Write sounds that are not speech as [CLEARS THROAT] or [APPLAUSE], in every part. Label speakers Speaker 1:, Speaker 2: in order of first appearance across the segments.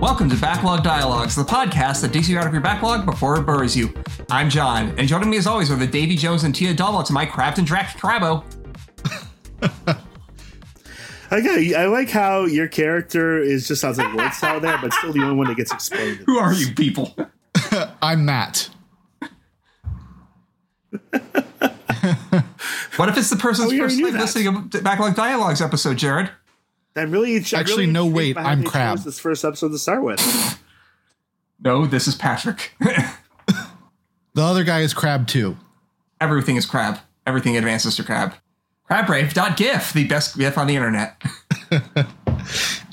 Speaker 1: welcome to Backlog Dialogues, the podcast that digs you out of your backlog before it buries you. I'm John, and joining me as always are the Davy Jones and Tia Double to my Craft and Drac Crabo.
Speaker 2: I got, I like how your character is just sounds like words out there, but still the only one that gets explained.
Speaker 1: [LAUGHS] Who are you people?
Speaker 3: I'm Matt.
Speaker 1: What if it's the person's
Speaker 2: Oh, [LAUGHS] we
Speaker 1: first
Speaker 2: already knew
Speaker 1: time
Speaker 2: that.
Speaker 1: listening to Backlog Dialogues episode, Jared?
Speaker 2: I'm really I'm
Speaker 3: Actually,
Speaker 2: really
Speaker 3: no,
Speaker 2: intrigued
Speaker 3: wait,
Speaker 2: by how
Speaker 3: I'm
Speaker 2: they chose
Speaker 3: Crab.
Speaker 2: This first episode to
Speaker 1: [LAUGHS]
Speaker 2: start with.
Speaker 1: No, this is Patrick. [LAUGHS]
Speaker 3: The other guy is Crab too.
Speaker 1: Everything is crab. Everything advances to crab. Crabbrave.gif, the best gif on the internet. [LAUGHS]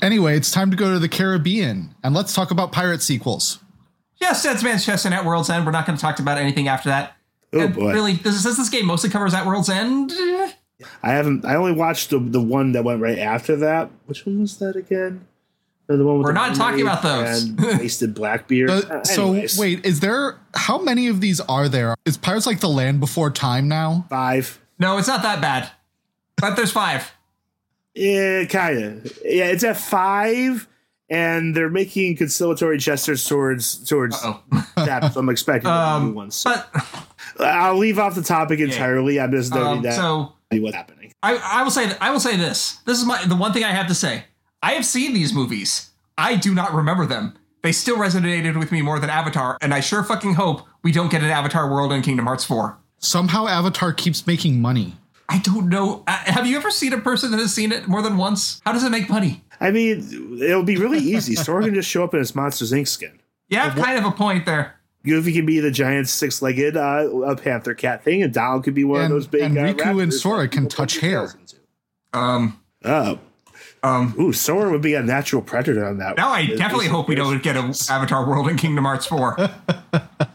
Speaker 3: Anyway, it's time to go to the Caribbean and let's talk about pirate sequels.
Speaker 1: Yes, that's Manchester at World's End. We're not going to talk about anything after that.
Speaker 2: Oh
Speaker 1: And
Speaker 2: boy,
Speaker 1: Really, this, since this game mostly covers at World's End, eh,
Speaker 2: I haven't. I only watched the, the one that went right after that. Which one was that again? The one with
Speaker 1: We're
Speaker 2: the
Speaker 1: not talking
Speaker 2: mermaid
Speaker 1: about those.
Speaker 2: and [LAUGHS] wasted Blackbeard.
Speaker 3: Uh,
Speaker 2: Uh,
Speaker 3: so
Speaker 2: anyways.
Speaker 3: wait, is there how many of these are there? Is Pirates like the Land Before Time now?
Speaker 2: five.
Speaker 1: no, it's not that bad. But there's five.
Speaker 2: Yeah, kind of. Yeah, it's at five, and they're making conciliatory gestures towards towards
Speaker 1: Oh,
Speaker 2: that. So
Speaker 1: [LAUGHS]
Speaker 2: I'm expecting
Speaker 1: Um,
Speaker 2: new ones.
Speaker 1: but
Speaker 2: I'll leave off the topic entirely. I'm just noting
Speaker 1: um,
Speaker 2: that
Speaker 1: so
Speaker 2: what's happening.
Speaker 1: I, I will say th- I will say this. This is my the one thing I have to say. I have seen these movies. I do not remember them. They still resonated with me more than Avatar, and I sure fucking hope we don't get an Avatar world in Kingdom Hearts 4.
Speaker 3: Somehow Avatar keeps making money.
Speaker 1: I don't know. I, have you ever seen a person that has seen it more than once? How does it make money?
Speaker 2: I mean, it'll be really easy. Sora can just show up in his Monsters Inc. skin.
Speaker 1: You have kind of a point there.
Speaker 2: Goofy can be the giant six-legged uh, uh, panther cat thing, and Donald could be one
Speaker 3: And-
Speaker 2: of those big.
Speaker 3: and
Speaker 2: uh,
Speaker 3: Riku and
Speaker 2: raptors that
Speaker 3: Sora can
Speaker 2: people
Speaker 3: touch
Speaker 2: poke their
Speaker 3: hair.
Speaker 2: tails into.
Speaker 1: Um,
Speaker 2: Oh,
Speaker 1: um,
Speaker 2: ooh, Sora would be a natural predator on that.
Speaker 1: now
Speaker 2: one.
Speaker 1: I
Speaker 2: It-
Speaker 1: definitely
Speaker 2: it's-
Speaker 1: hope we don't get an Avatar world in Kingdom Hearts
Speaker 2: [LAUGHS]
Speaker 1: 4.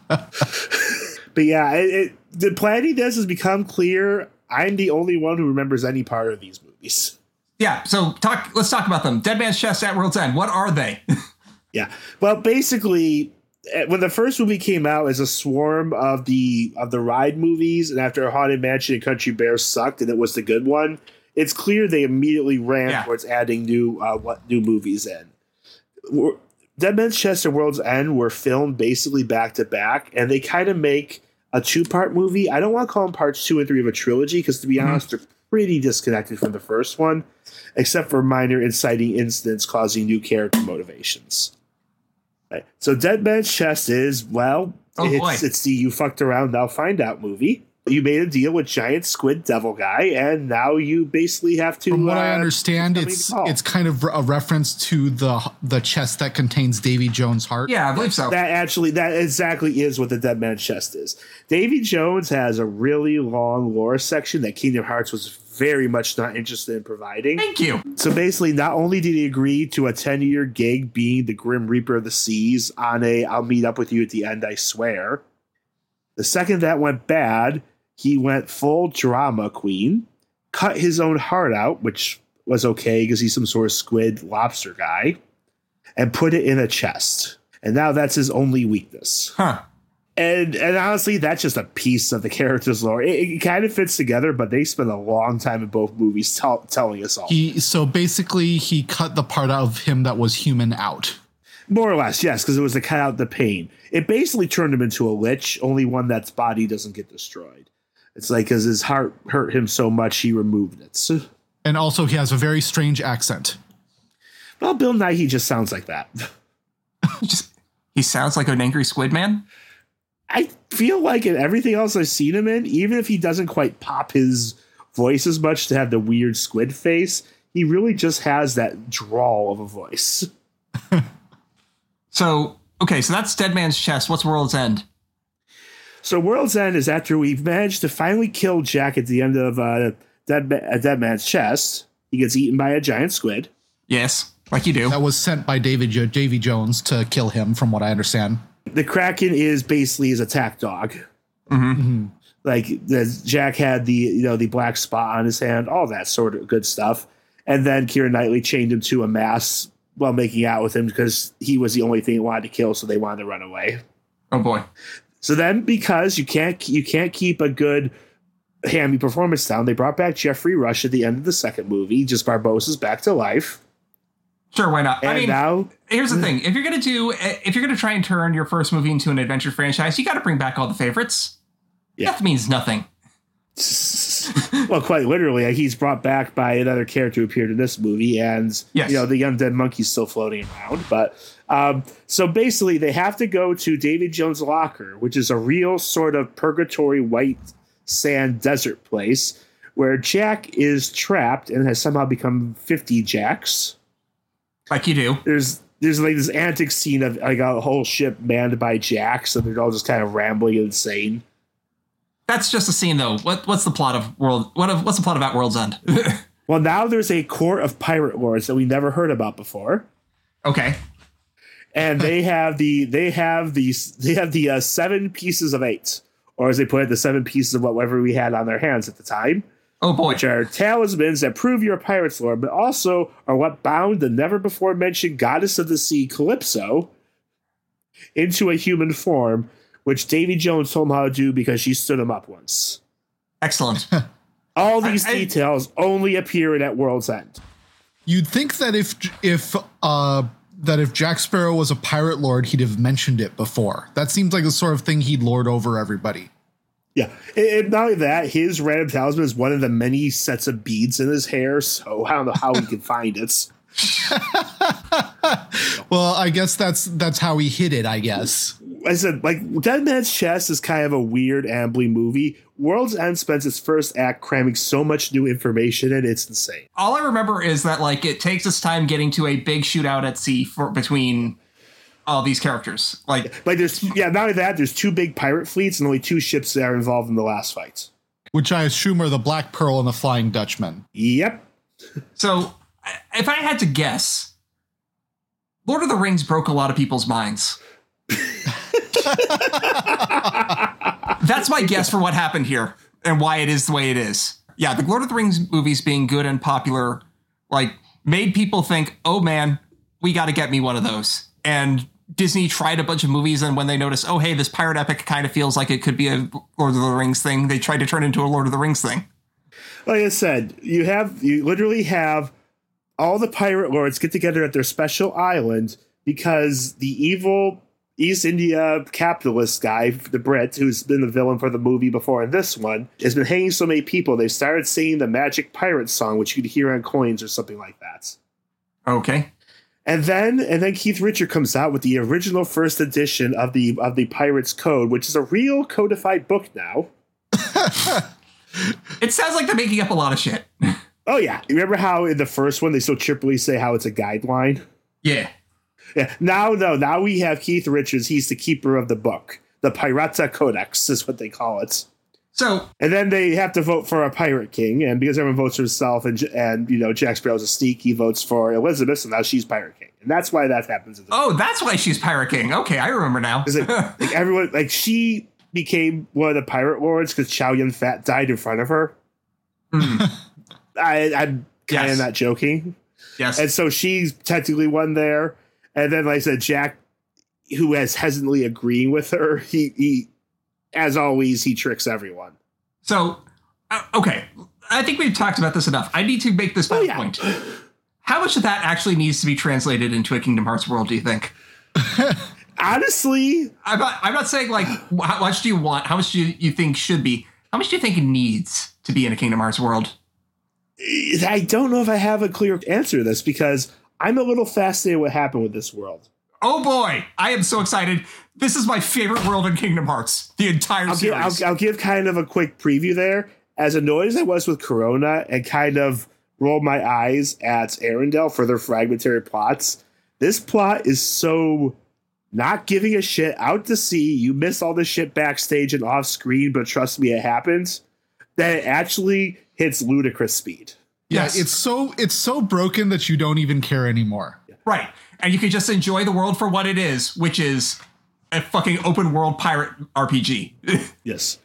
Speaker 2: But yeah, it, it, the planning this has become clear. I'm the only one who remembers any part of these movies.
Speaker 1: yeah, so talk. let's talk about them. Dead Man's Chest at World's End. What are they? [LAUGHS]
Speaker 2: Yeah. Well, basically, eh, when the first movie came out, as a swarm of the of the ride movies, and after Haunted Mansion and Country Bear sucked, and it was the good one, it's clear they immediately ran
Speaker 1: Yeah.
Speaker 2: towards adding new uh, what new movies in. We're- Dead Man's Chest and World's End were filmed basically back to back, and they kind of make a two part movie. I don't want to call them parts two and three of a trilogy because, to be
Speaker 3: Mm-hmm.
Speaker 2: honest, they're pretty disconnected from the first one, except for minor inciting incidents causing new character motivations. Right. So, Dead Man's Chest is well,
Speaker 1: Oh,
Speaker 2: it's,
Speaker 1: boy.
Speaker 2: it's the you fucked around now find out movie. You made a deal with giant squid devil guy, and now you basically have to.
Speaker 3: From what
Speaker 2: uh,
Speaker 3: I understand,
Speaker 2: somebody
Speaker 3: it's
Speaker 2: to call.
Speaker 3: it's kind of a reference to the the chest that contains Davy Jones' heart.
Speaker 1: yeah, I believe so.
Speaker 2: that actually that exactly is what the dead man's chest is davy jones has a really long lore section that kingdom hearts was very much not interested in providing
Speaker 1: Thank you.
Speaker 2: so basically not only did he agree to a 10-year gig being the grim reaper of the seas on a i'll meet up with you at the end i swear the second that went bad he went full drama queen cut his own heart out which was okay because he's some sort of squid lobster guy and put it in a chest and now that's his only weakness
Speaker 1: Huh.
Speaker 2: and and honestly, that's just a piece of the [LAUGHS] character's lore. It, it kind of fits together, but they spend a long time in both movies tell telling us all.
Speaker 3: He so basically he cut the part of him that was human out.
Speaker 2: More or less, yes, because it was to cut out the pain. It basically turned him into a lich, only one that's body doesn't get destroyed. It's like because his heart hurt him so much, he removed it.
Speaker 3: And also he has a very strange accent.
Speaker 2: Well, Bill Nighy just sounds like that. [LAUGHS]
Speaker 1: He just he sounds like an angry squid man.
Speaker 2: I feel like in everything else I've seen him in, even if he doesn't quite pop his voice as much to have the weird squid face, he really just has that drawl of a voice.
Speaker 1: So okay, so that's Dead Man's Chest. What's World's End?
Speaker 2: So World's End is after we've managed to finally kill Jack at the end of uh, Dead, Ma- uh, Dead Man's Chest. He gets eaten by a giant squid.
Speaker 1: Yes, like you do.
Speaker 3: That was sent by David jo- Davy Jones to kill him, from what I understand.
Speaker 2: The Kraken is basically his attack dog.
Speaker 1: Mm-hmm.
Speaker 3: Mhm.
Speaker 2: Like the, Jack had the you know the black spot on his hand, all that sort of good stuff. And then Kieran Knightley chained him to a mast while making out with him because he was the only thing he wanted to kill, so they wanted to run away.
Speaker 1: Oh boy.
Speaker 2: So then, because you can't you can't keep a good hammy performance down, they brought back Jeffrey Rush at the end of the second movie, just Barbosa's back to life.
Speaker 1: Sure, why not?
Speaker 2: And
Speaker 1: I mean,
Speaker 2: now,
Speaker 1: here's the thing: if you're gonna do, if you're gonna try and turn your first movie into an adventure franchise, you got to bring back all the favorites.
Speaker 2: Yeah.
Speaker 1: Death means nothing.
Speaker 2: [LAUGHS] well, quite literally, uh, he's brought back by another character who appeared in this movie, and
Speaker 1: Yes.
Speaker 2: you know the undead monkey's still floating around. But um, so basically, they have to go to David Jones' locker, which is a real sort of purgatory white sand desert place where Jack is trapped and has somehow become fifty Jacks.
Speaker 1: Like you do.
Speaker 2: There's there's like this antic scene of like a whole ship manned by Jacks, and they're all just kind of rambling and insane.
Speaker 1: That's just a scene, though. What What's the plot of World? What of, What's the plot about World's End? [LAUGHS]
Speaker 2: Well, now there's a court of pirate lords that we never heard about before.
Speaker 1: okay.
Speaker 2: and
Speaker 1: [LAUGHS]
Speaker 2: they have the they have the they have the uh, seven pieces of eight, or as they put it, the seven pieces of whatever we had on their hands at the time,
Speaker 1: Oh boy.
Speaker 2: which are talismans that prove you're a pirate's lord, but also are what bound the never before mentioned goddess of the sea, Calypso, into a human form, which Davy Jones told him how to do because she stood him up once. [LAUGHS]
Speaker 1: Excellent.
Speaker 2: All these
Speaker 1: I- I-
Speaker 2: details only appear in at World's End.
Speaker 3: You'd think that if if uh that if Jack Sparrow was a pirate lord, he'd have mentioned it before. That seems like the sort of thing he'd lord over everybody.
Speaker 2: Yeah, and, and not only that, his random talisman is one of the many sets of beads in his hair, so I don't know how he can find it.
Speaker 3: Well, I guess that's that's how he hid it. I guess.
Speaker 2: I said, like, Dead Man's Chest is kind of a weird, ambly movie. World's End spends its first act cramming so much new information, and it's insane.
Speaker 1: all I remember is that like it takes its time getting to a big shootout at sea for between all these characters. Like
Speaker 2: Like, there's, yeah, not only that, there's two big pirate fleets and only two ships that are involved in the last fight.
Speaker 3: Which I assume are the Black Pearl and the Flying Dutchman.
Speaker 2: Yep.
Speaker 1: so, I- if I had to guess, Lord of the Rings broke a lot of people's minds. That's my guess for what happened here and why it is the way it is. Yeah, the Lord of the Rings movies being good and popular, like made people think, oh man, we got to get me one of those. And Disney tried a bunch of movies, and when they noticed, oh hey, this pirate epic kind of feels like it could be a Lord of the Rings thing, they tried to turn it into a Lord of the Rings thing.
Speaker 2: Like I said, you have, you literally have all the pirate lords get together at their special island because the evil East India capitalist guy, the Brit, who's been the villain for the movie before and this one, has been hanging so many people they started singing the magic pirate song, which you could hear on coins or something like that.
Speaker 1: Okay.
Speaker 2: And then and then Keith Richard comes out with the original first edition of the of the Pirates Code, which is a real codified book now.
Speaker 1: It sounds like they're making up a lot of shit.
Speaker 2: Oh yeah. Remember how in the first one they so chipperly say how it's a guideline?
Speaker 1: Yeah.
Speaker 2: Yeah. Now, no, now we have Keith Richards. He's the keeper of the book. The Pirata Codex is what they call it.
Speaker 1: So
Speaker 2: And then they have to vote for a pirate king, and because everyone votes for himself, and and you know Jack Sparrow's a sneak, he votes for Elizabeth, so now she's pirate king, and that's why that happens. in the-
Speaker 1: Oh, that's why she's Pirate King. Okay, I remember now.
Speaker 2: Is it- like everyone, like she became one of the pirate lords because Chow Yun Fat died in front of her. I, I'm kind of
Speaker 1: Yes.
Speaker 2: not joking.
Speaker 1: yes.
Speaker 2: And so she's technically one there. And then, like I said, Jack, who has hesitantly agreeing with her, he, he as always, he tricks everyone.
Speaker 1: so, uh, okay, I think we've talked about this enough. I need to make this final
Speaker 2: Oh, yeah.
Speaker 1: point. How much of that actually needs to be translated into a Kingdom Hearts world? Do you think?
Speaker 2: Honestly,
Speaker 1: I'm not. I'm not saying like wh- how much do you want. How much do you, you think should be? How much do you think needs to be in a Kingdom Hearts world?
Speaker 2: I don't know if I have a clear answer to this because I'm a little fascinated what happened with this world.
Speaker 1: Oh boy, I am so excited. This is my favorite world in Kingdom Hearts. The entire
Speaker 2: I'll give,
Speaker 1: series.
Speaker 2: I'll, I'll give kind of a quick preview there. As annoyed as I was with Corona and kind of rolled my eyes at Arendelle for their fragmentary plots, this plot is so not giving a shit out to sea. You miss all this shit backstage and off screen, but trust me, it happens. That it actually hits ludicrous speed.
Speaker 1: Yes.
Speaker 3: Yeah, it's so it's so broken that you don't even care anymore.
Speaker 1: Right. And you can just enjoy the world for what it is, which is a fucking open world pirate RPG.
Speaker 2: Yes.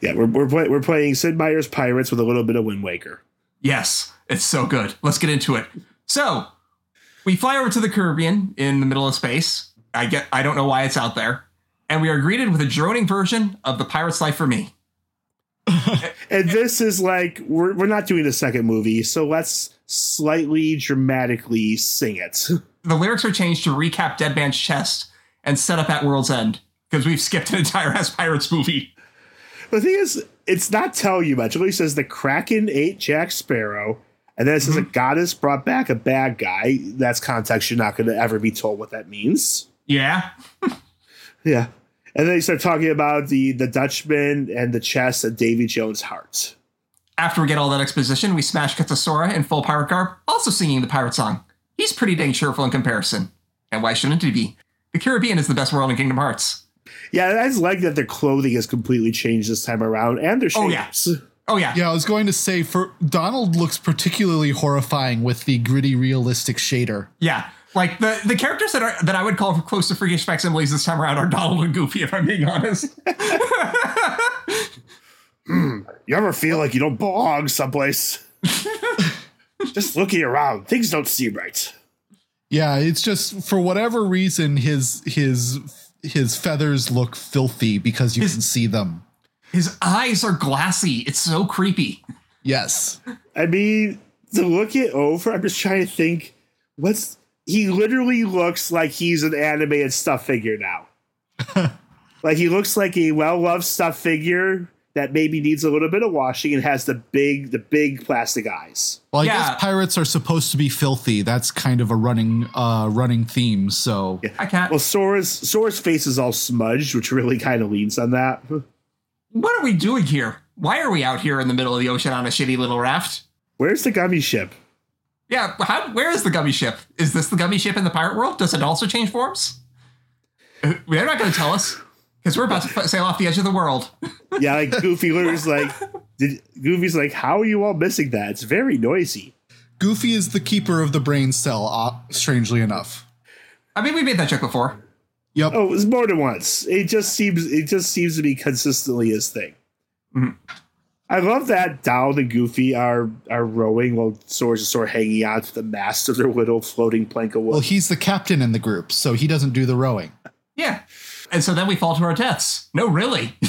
Speaker 2: Yeah, we're, we're, play, we're playing Sid Meier's Pirates with a little bit of Wind Waker.
Speaker 1: yes, it's so good. Let's get into it. So we fly over to the Caribbean in the middle of space. I get I don't know why it's out there. And we are greeted with a droning version of the pirate's life for me.
Speaker 2: And this is like we're we're not doing a second movie, so let's slightly dramatically sing it. [LAUGHS]
Speaker 1: The lyrics are changed to recap Dead Man's Chest and set up at World's End because we've skipped an entire [LAUGHS] ass Pirates movie.
Speaker 2: The thing is, it's not telling you much. It only says the Kraken ate Jack Sparrow, and then it says a
Speaker 1: Mm-hmm.
Speaker 2: goddess brought back a bad guy. That's context you're not going to ever be told what that means.
Speaker 1: Yeah.
Speaker 2: Yeah. And then you start talking about the the Dutchman and the chest and Davy Jones' heart.
Speaker 1: After we get all that exposition, we smash Kathasora in full pirate garb, also singing the pirate song. He's pretty dang cheerful in comparison. And why shouldn't he be? The Caribbean is the best world in Kingdom Hearts.
Speaker 2: Yeah, and I just like that their clothing has completely changed this time around and their
Speaker 1: Oh, yeah.
Speaker 2: shapes.
Speaker 1: Oh, yeah.
Speaker 3: Yeah, I was going to say for Donald looks particularly horrifying with the gritty realistic shader.
Speaker 1: Yeah. Like the, the characters that are that I would call close to freakish facsimiles this time around are Donald and Goofy, if I'm being honest.
Speaker 2: You ever feel like you don't belong someplace? [LAUGHS] just looking around, things don't seem right.
Speaker 3: Yeah, it's just for whatever reason his his his feathers look filthy because you can see them.
Speaker 1: His eyes are glassy. It's so creepy.
Speaker 3: Yes.
Speaker 2: I mean, to look it over, I'm just trying to think what's he literally looks like he's an animated stuffed figure now. like he looks like a well-loved stuffed figure that maybe needs a little bit of washing and has the big the big plastic eyes.
Speaker 3: Well, I
Speaker 1: Yeah.
Speaker 3: guess pirates are supposed to be filthy. That's kind of a running uh running theme, so
Speaker 1: I can't.
Speaker 2: Well, Sora's Sora's face is all smudged, which really kind of leans on that.
Speaker 1: what are we doing here? Why are we out here in the middle of the ocean on a shitty little raft?
Speaker 2: Where's the gummy ship?
Speaker 1: Yeah, how, where is the gummy ship? Is this the gummy ship in the pirate world? Does it also change forms? Uh, They're not going to tell us because we're about to f- sail off the edge of the world.
Speaker 2: Yeah, like Goofy literally's like, did, Goofy's like, how are you all missing that? It's very noisy.
Speaker 3: Goofy is the keeper of the brain cell, uh, strangely enough.
Speaker 1: I mean, we made that joke before.
Speaker 3: Yep.
Speaker 2: Oh, it's more than once. It just seems it just seems to be consistently his thing.
Speaker 1: Mhm.
Speaker 2: I love that Donald and Goofy are are rowing while Swords and Sword hanging out to the mast of their little floating plank of wood.
Speaker 3: Well,
Speaker 4: [LAUGHS]
Speaker 3: he's the captain in the group, so he doesn't do the rowing.
Speaker 1: Yeah. And so then we fall to our deaths. No, really. [LAUGHS]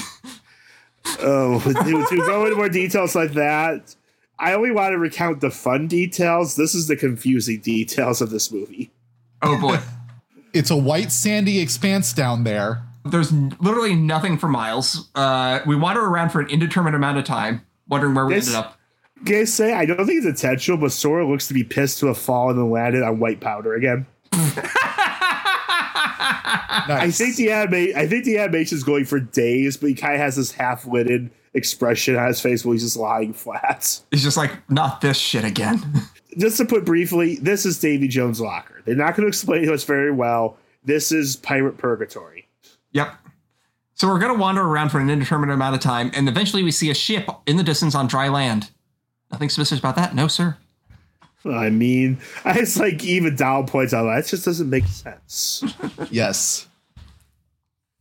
Speaker 2: Oh, [LAUGHS] to, to go into more details like that, I only want to recount the fun details. This is the confusing details of this movie.
Speaker 1: oh boy.
Speaker 3: It's a white sandy expanse down there.
Speaker 1: There's n- literally nothing for miles. Uh, we wander around for an indeterminate amount of time, wondering where we
Speaker 2: This-
Speaker 1: ended up.
Speaker 2: Can I say I don't think it's intentional, but Sora looks to be pissed to have fallen and landed on white powder again. I
Speaker 3: Nice.
Speaker 2: think the anima- I think the animation is going for days, but he kind of has this half-witted expression on his face while he's just lying flat.
Speaker 1: It's just like, not this shit again. [LAUGHS]
Speaker 2: Just to put briefly, this is Davy Jones' locker. They're not going to explain to us very well. This is pirate purgatory.
Speaker 1: Yep. So we're going to wander around for an indeterminate amount of time, and eventually we see a ship in the distance on dry land. Nothing suspicious about that? No, sir.
Speaker 2: I mean, [LAUGHS] I just like even Donald points out that just doesn't make sense.
Speaker 3: Yes.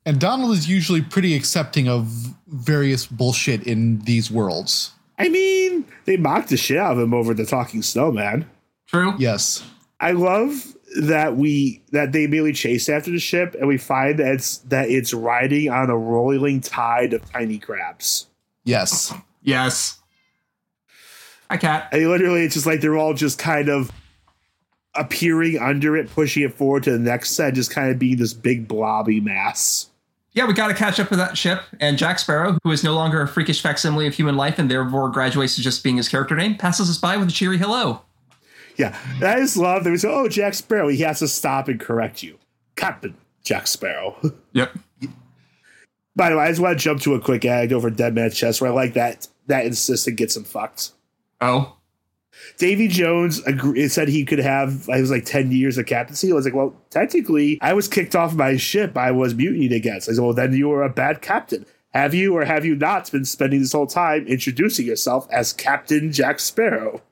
Speaker 3: And Donald is usually pretty accepting of various bullshit in these worlds.
Speaker 2: I mean, they mocked the shit out of him over the talking snowman.
Speaker 1: True?
Speaker 3: Yes.
Speaker 2: I love that we that they immediately chase after the ship, and we find that it's that it's riding on a rolling tide of tiny crabs.
Speaker 3: Yes.
Speaker 1: Yes. Hi, Cat.
Speaker 2: And literally, it's just like they're all just kind of appearing under it, pushing it forward to the next set, just kind of being this big blobby mass.
Speaker 1: Yeah, we got to catch up with that ship. And Jack Sparrow, who is no longer a freakish facsimile of human life and therefore graduates to just being his character name, passes us by with a cheery hello.
Speaker 2: Yeah, and I just love that we say, "Oh, Jack Sparrow." He has to stop and correct you, Captain Jack Sparrow. [LAUGHS]
Speaker 1: Yep.
Speaker 2: By the way, I just want to jump to a quick ad over Dead Man's Chest, where I like that that insistent gets him fucked.
Speaker 1: Oh.
Speaker 2: Davy Jones agree- said he could have, I was like 10 years of captaincy. I was like, well, technically, I was kicked off my ship. I was mutinied against. I said, well, then you were a bad captain. Have you or have you not been spending this whole time introducing yourself as Captain Jack Sparrow?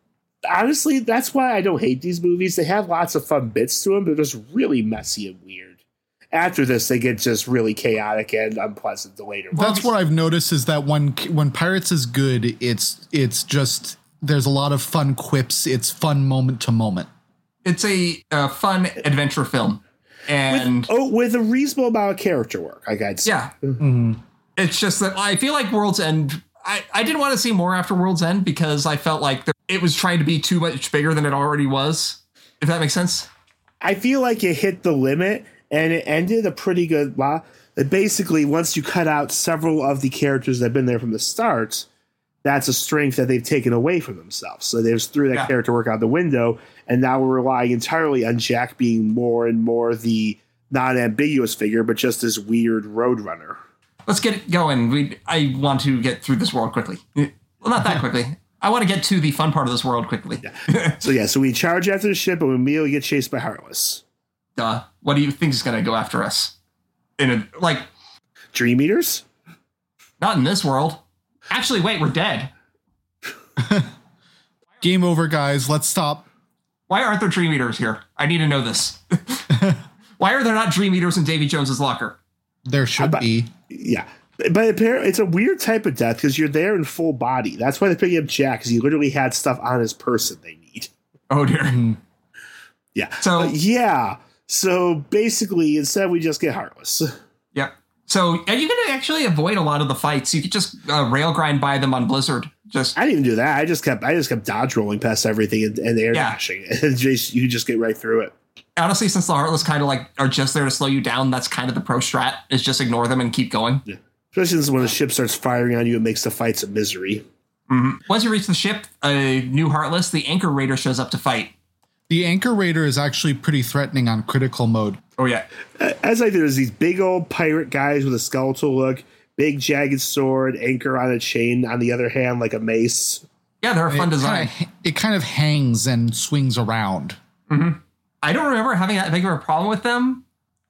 Speaker 2: Honestly, that's why I don't hate these movies. They have lots of fun bits to them, but they're just really messy and weird. After this, they get just really chaotic and unpleasant the later
Speaker 3: That's
Speaker 2: ones.
Speaker 3: what I've noticed is that when when Pirates is good, it's it's just there's a lot of fun quips. It's fun moment to moment.
Speaker 1: It's a, uh fun adventure film. And
Speaker 2: Oh, with a reasonable amount of character work, like I'd say.
Speaker 1: yeah. It's just that I feel like World's End. I, I didn't want to see more after World's End because I felt like there, it was trying to be too much bigger than it already was. If that makes sense.
Speaker 2: I feel like it hit the limit and it ended a pretty good lot. But basically, once you cut out several of the characters that have been there from the start, that's a strength that they've taken away from themselves. So they just threw that
Speaker 1: Yeah.
Speaker 2: character work out the window, and now we're relying entirely on Jack being more and more the non ambiguous figure, but just this weird roadrunner.
Speaker 1: Let's get it going. We I want to get through this world quickly. Well, not that [LAUGHS] quickly. I want to get to the fun part of this world quickly.
Speaker 2: So yeah, so we charge after the ship, and we immediately get chased by Heartless.
Speaker 1: Duh. What do you think is going to go after us? In a, like
Speaker 2: Dream Eaters?
Speaker 1: not in this world. Actually, wait, we're dead.
Speaker 4: Game over, guys. Let's stop.
Speaker 1: Why aren't there dream eaters here? I need to know [LAUGHS] this. Why are there not dream eaters in Davy Jones's locker?
Speaker 4: There should
Speaker 2: bet-
Speaker 4: be.
Speaker 2: Yeah. But apparently, it's a weird type of death because you're there in full body. That's why they're picking up Jack because he literally had stuff on his person they need.
Speaker 1: Oh dear.
Speaker 2: Yeah.
Speaker 1: [LAUGHS] So-
Speaker 2: But yeah. So basically, instead we just get heartless.
Speaker 1: Yep. So and you can actually avoid a lot of the fights. You could just uh, rail grind by them on Blizzard. Just
Speaker 2: I didn't even do that. I just kept I just kept dodge rolling past everything and, and air
Speaker 1: Yeah.
Speaker 2: dashing. [LAUGHS] And just, you just get right through it.
Speaker 1: honestly, since the Heartless kind of like are just there to slow you down, that's kind of the pro strat is just ignore them and keep going.
Speaker 2: Especially since when the ship starts firing on you, it makes the fights a misery.
Speaker 1: Once you reach the ship, a new Heartless, the Anchor Raider shows up to fight.
Speaker 4: The Anchor Raider is actually pretty threatening on critical mode.
Speaker 1: Oh yeah.
Speaker 2: As I there's these big old pirate guys with a skeletal look, big jagged sword, anchor on a chain. On the other hand, like a mace.
Speaker 1: Yeah, they're a fun
Speaker 4: it
Speaker 1: design.
Speaker 4: Kinda, it kind of hangs and swings around.
Speaker 1: I don't remember having that big of a problem with them,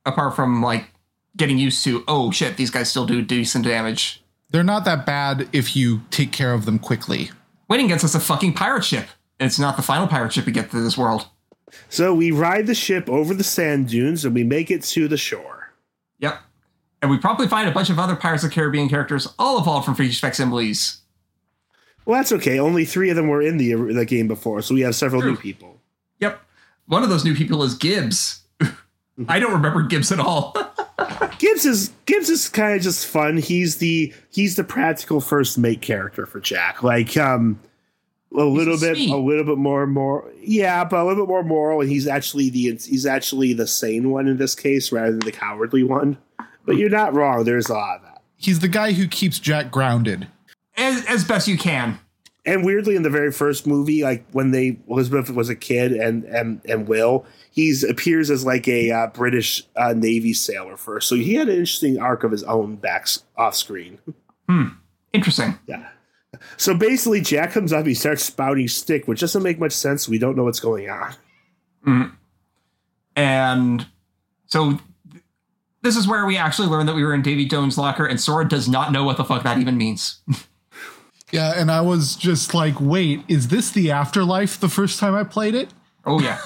Speaker 1: apart from like getting used to, oh shit, these guys still do decent damage.
Speaker 4: They're not that bad if you take care of them quickly.
Speaker 1: Waiting gets us a fucking pirate ship. And it's not the final pirate ship we get to this world.
Speaker 2: So we ride the ship over the sand dunes and we make it to the shore.
Speaker 1: Yep. And we probably find a bunch of other Pirates of the Caribbean characters, all evolved from Fiji facsimiles.
Speaker 2: Well, that's okay. Only three of them were in the the game before, so we have several new
Speaker 1: True.
Speaker 2: people.
Speaker 1: Yep. One of those new people is [LAUGHS] Gibbs. I don't remember Gibbs at all. [LAUGHS]
Speaker 2: Gibbs is Gibbs is kind of just fun. He's the he's the practical first mate character for Jack. Like um a little bit
Speaker 1: sweet.
Speaker 2: a little bit more more yeah, but a little bit more moral and he's actually the he's actually the sane one in this case rather than the cowardly one. But you're not wrong. There's a lot of that.
Speaker 4: He's the guy who keeps Jack grounded.
Speaker 1: as, as best you can.
Speaker 2: And weirdly, in the very first movie, like when they Elizabeth was a kid and and and Will, he's appears as like a uh, British uh, Navy sailor first. So he had an interesting arc of his own back off screen. [LAUGHS]
Speaker 1: Interesting.
Speaker 2: Yeah. So basically, Jack comes up, he starts spouting stick, which doesn't make much sense. We don't know what's going on.
Speaker 1: And so th- this is where we actually learned that we were in Davy Jones' locker, and Sora does not know what the fuck that even means.
Speaker 4: Yeah, and I was just like, wait, is this the afterlife the first time I played it?
Speaker 1: [LAUGHS] oh, yeah.